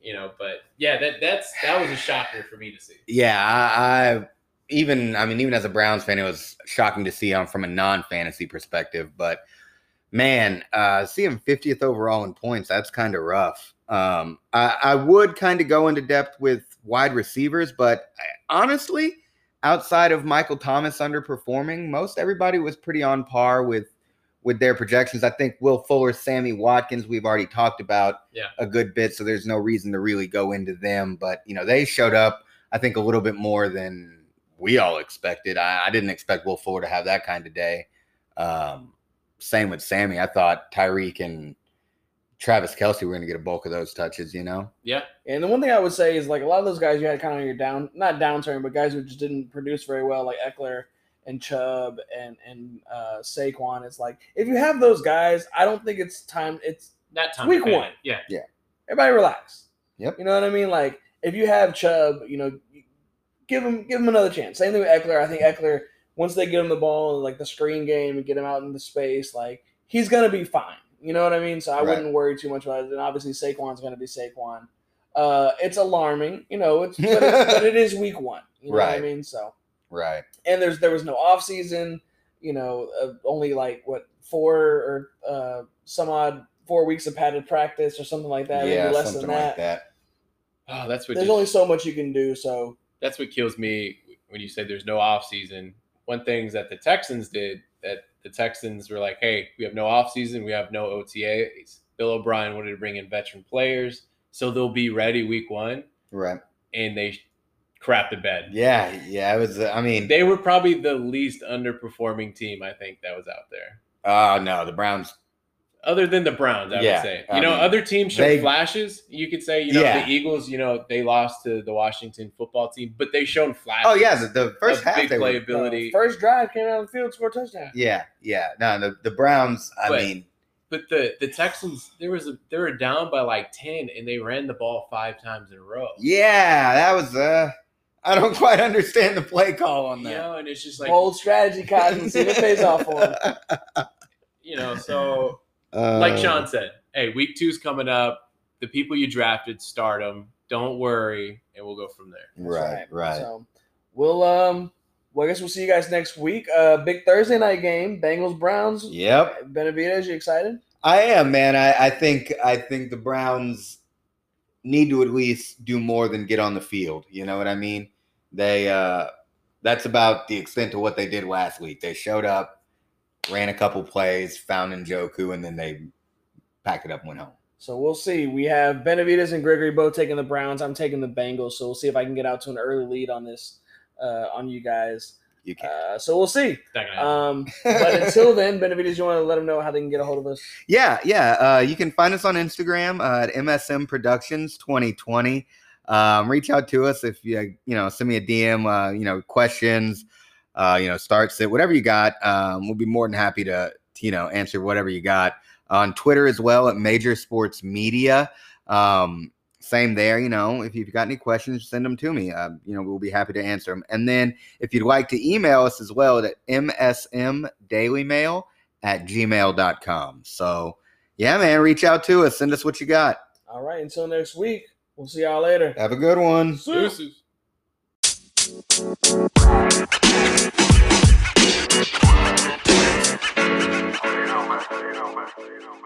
[SPEAKER 3] You know, but yeah, that that's that was a shocker for me to see.
[SPEAKER 2] Yeah. I, I even, I mean, even as a Browns fan, it was shocking to see um, from a non fantasy perspective. But man, uh, see him 50th overall in points. That's kind of rough. Um, I, I would kind of go into depth with wide receivers, but I, honestly, outside of Michael Thomas underperforming, most everybody was pretty on par with with their projections. I think Will Fuller, Sammy Watkins, we've already talked about
[SPEAKER 3] Yeah.
[SPEAKER 2] a good bit, so there's no reason to really go into them. But you know, they showed up, I think, a little bit more than we all expected. I, I didn't expect Will Fuller to have that kind of day. Um, same with Sammy. I thought Tyreek and Travis Kelsey were going to get a bulk of those touches. You know,
[SPEAKER 3] Yeah,
[SPEAKER 1] And the one thing I would say is like a lot of those guys you had kind of on your down, not downturn, but guys who just didn't produce very well, like Eckler and Chubb and and uh, Saquon. It's like if you have those guys, I don't think it's time. It's
[SPEAKER 3] that time.
[SPEAKER 1] Week
[SPEAKER 3] to panic.
[SPEAKER 1] one.
[SPEAKER 3] Yeah,
[SPEAKER 1] everybody relax.
[SPEAKER 2] Yep.
[SPEAKER 1] You know what I mean? Like if you have Chubb, you know, give him give him another chance. Same thing with Eckler. I think Eckler once they get him the ball and like the screen game and get him out into space, like he's gonna be fine. You know what I mean? So I
[SPEAKER 2] Right.
[SPEAKER 1] wouldn't worry too much about it. And obviously Saquon's gonna be Saquon. Uh, it's alarming, you know. It's but, it, but it is week one. You know what I
[SPEAKER 2] Right.
[SPEAKER 1] mean? So
[SPEAKER 2] right?
[SPEAKER 1] and there's there was no off season. You know, uh, only like what four or uh, some odd four weeks of padded practice or something like that.
[SPEAKER 2] yeah,
[SPEAKER 1] maybe less
[SPEAKER 2] something
[SPEAKER 1] than that
[SPEAKER 2] like that.
[SPEAKER 3] oh, that's what
[SPEAKER 1] there's
[SPEAKER 3] just-
[SPEAKER 1] only so much you can do. So
[SPEAKER 3] that's what kills me when you say there's no offseason. One thing that the Texans did that the Texans were like, hey, we have no offseason, we have no OTAs. Bill O'Brien wanted to bring in veteran players, so they'll be ready week one,
[SPEAKER 2] Right?
[SPEAKER 3] and they crap the bed.
[SPEAKER 2] Yeah, yeah. It was. uh, I mean,
[SPEAKER 3] They were probably the least underperforming team I think that was out there,
[SPEAKER 2] oh no, the Browns.
[SPEAKER 3] other than the Browns. I
[SPEAKER 2] Yeah,
[SPEAKER 3] would say,
[SPEAKER 2] I
[SPEAKER 3] you know,
[SPEAKER 2] mean,
[SPEAKER 3] other teams showed
[SPEAKER 2] they-
[SPEAKER 3] flashes. You could say, you know,
[SPEAKER 2] Yeah.
[SPEAKER 3] the Eagles, you know, they lost to the Washington football team, but they shown flashes.
[SPEAKER 2] Oh yeah, the, the first
[SPEAKER 3] of
[SPEAKER 2] half
[SPEAKER 3] big
[SPEAKER 2] they were.
[SPEAKER 3] playability.
[SPEAKER 1] uh, first drive came out of the field, scored a touchdown.
[SPEAKER 2] Yeah, yeah. No, the the Browns. I
[SPEAKER 3] But-
[SPEAKER 2] mean,
[SPEAKER 3] But the the Texans, there was a they were down by like ten, and they ran the ball five times in a row.
[SPEAKER 2] yeah, that was. uh I don't [laughs] quite understand the play call on
[SPEAKER 3] you
[SPEAKER 2] that.
[SPEAKER 3] know, and it's just like
[SPEAKER 1] Bold strategy, Cotton. See if it pays off for him.
[SPEAKER 3] you know. So
[SPEAKER 2] Uh,
[SPEAKER 3] like Sean said, hey, week two's coming up. The people you drafted, start them. Don't worry, and we'll go from there.
[SPEAKER 2] [laughs] Right, right.
[SPEAKER 1] So we'll um, well, I guess we'll see you guys next week. Uh, big Thursday night game, Bengals Browns.
[SPEAKER 2] Yep.
[SPEAKER 1] Benavidez, you excited?
[SPEAKER 2] I am, man. I, I think I think the Browns need to at least do more than get on the field. You know what I mean? They uh that's about the extent to what they did last week. They showed up, ran a couple plays, found Njoku, and then they packed it up and went home.
[SPEAKER 1] So we'll see. We have Benavides and Gregory both taking the Browns. I'm taking the Bengals. So we'll see if I can get out to an early lead on this, uh, on you guys.
[SPEAKER 2] You can
[SPEAKER 1] Uh, so we'll see.
[SPEAKER 3] Not gonna happen.
[SPEAKER 2] Uh,
[SPEAKER 1] Um, but
[SPEAKER 2] [laughs]
[SPEAKER 1] until then, Benavides, you want to let them know how they can get a hold of us?
[SPEAKER 2] Yeah, yeah. Uh, you can find us on Instagram uh, at MSM Productions 2020. Um, reach out to us if you you know send me a DM. Uh, you know questions, uh, you know starts it whatever you got. Um, we'll be more than happy to, to, you know answer whatever you got on Twitter as well at Major Sports Media. Um, same there. You know, if you've got any questions, send them to me. Uh, you know, we'll be happy to answer them. And then if you'd like to email us as well, at msmdailymail at gmail.com. So, yeah, man, reach out to us. Send us what you got.
[SPEAKER 1] All right. Until next week, we'll see y'all later.
[SPEAKER 2] Have a good one.
[SPEAKER 3] Deuces.
[SPEAKER 4] You know, man. You know, man. You know, man.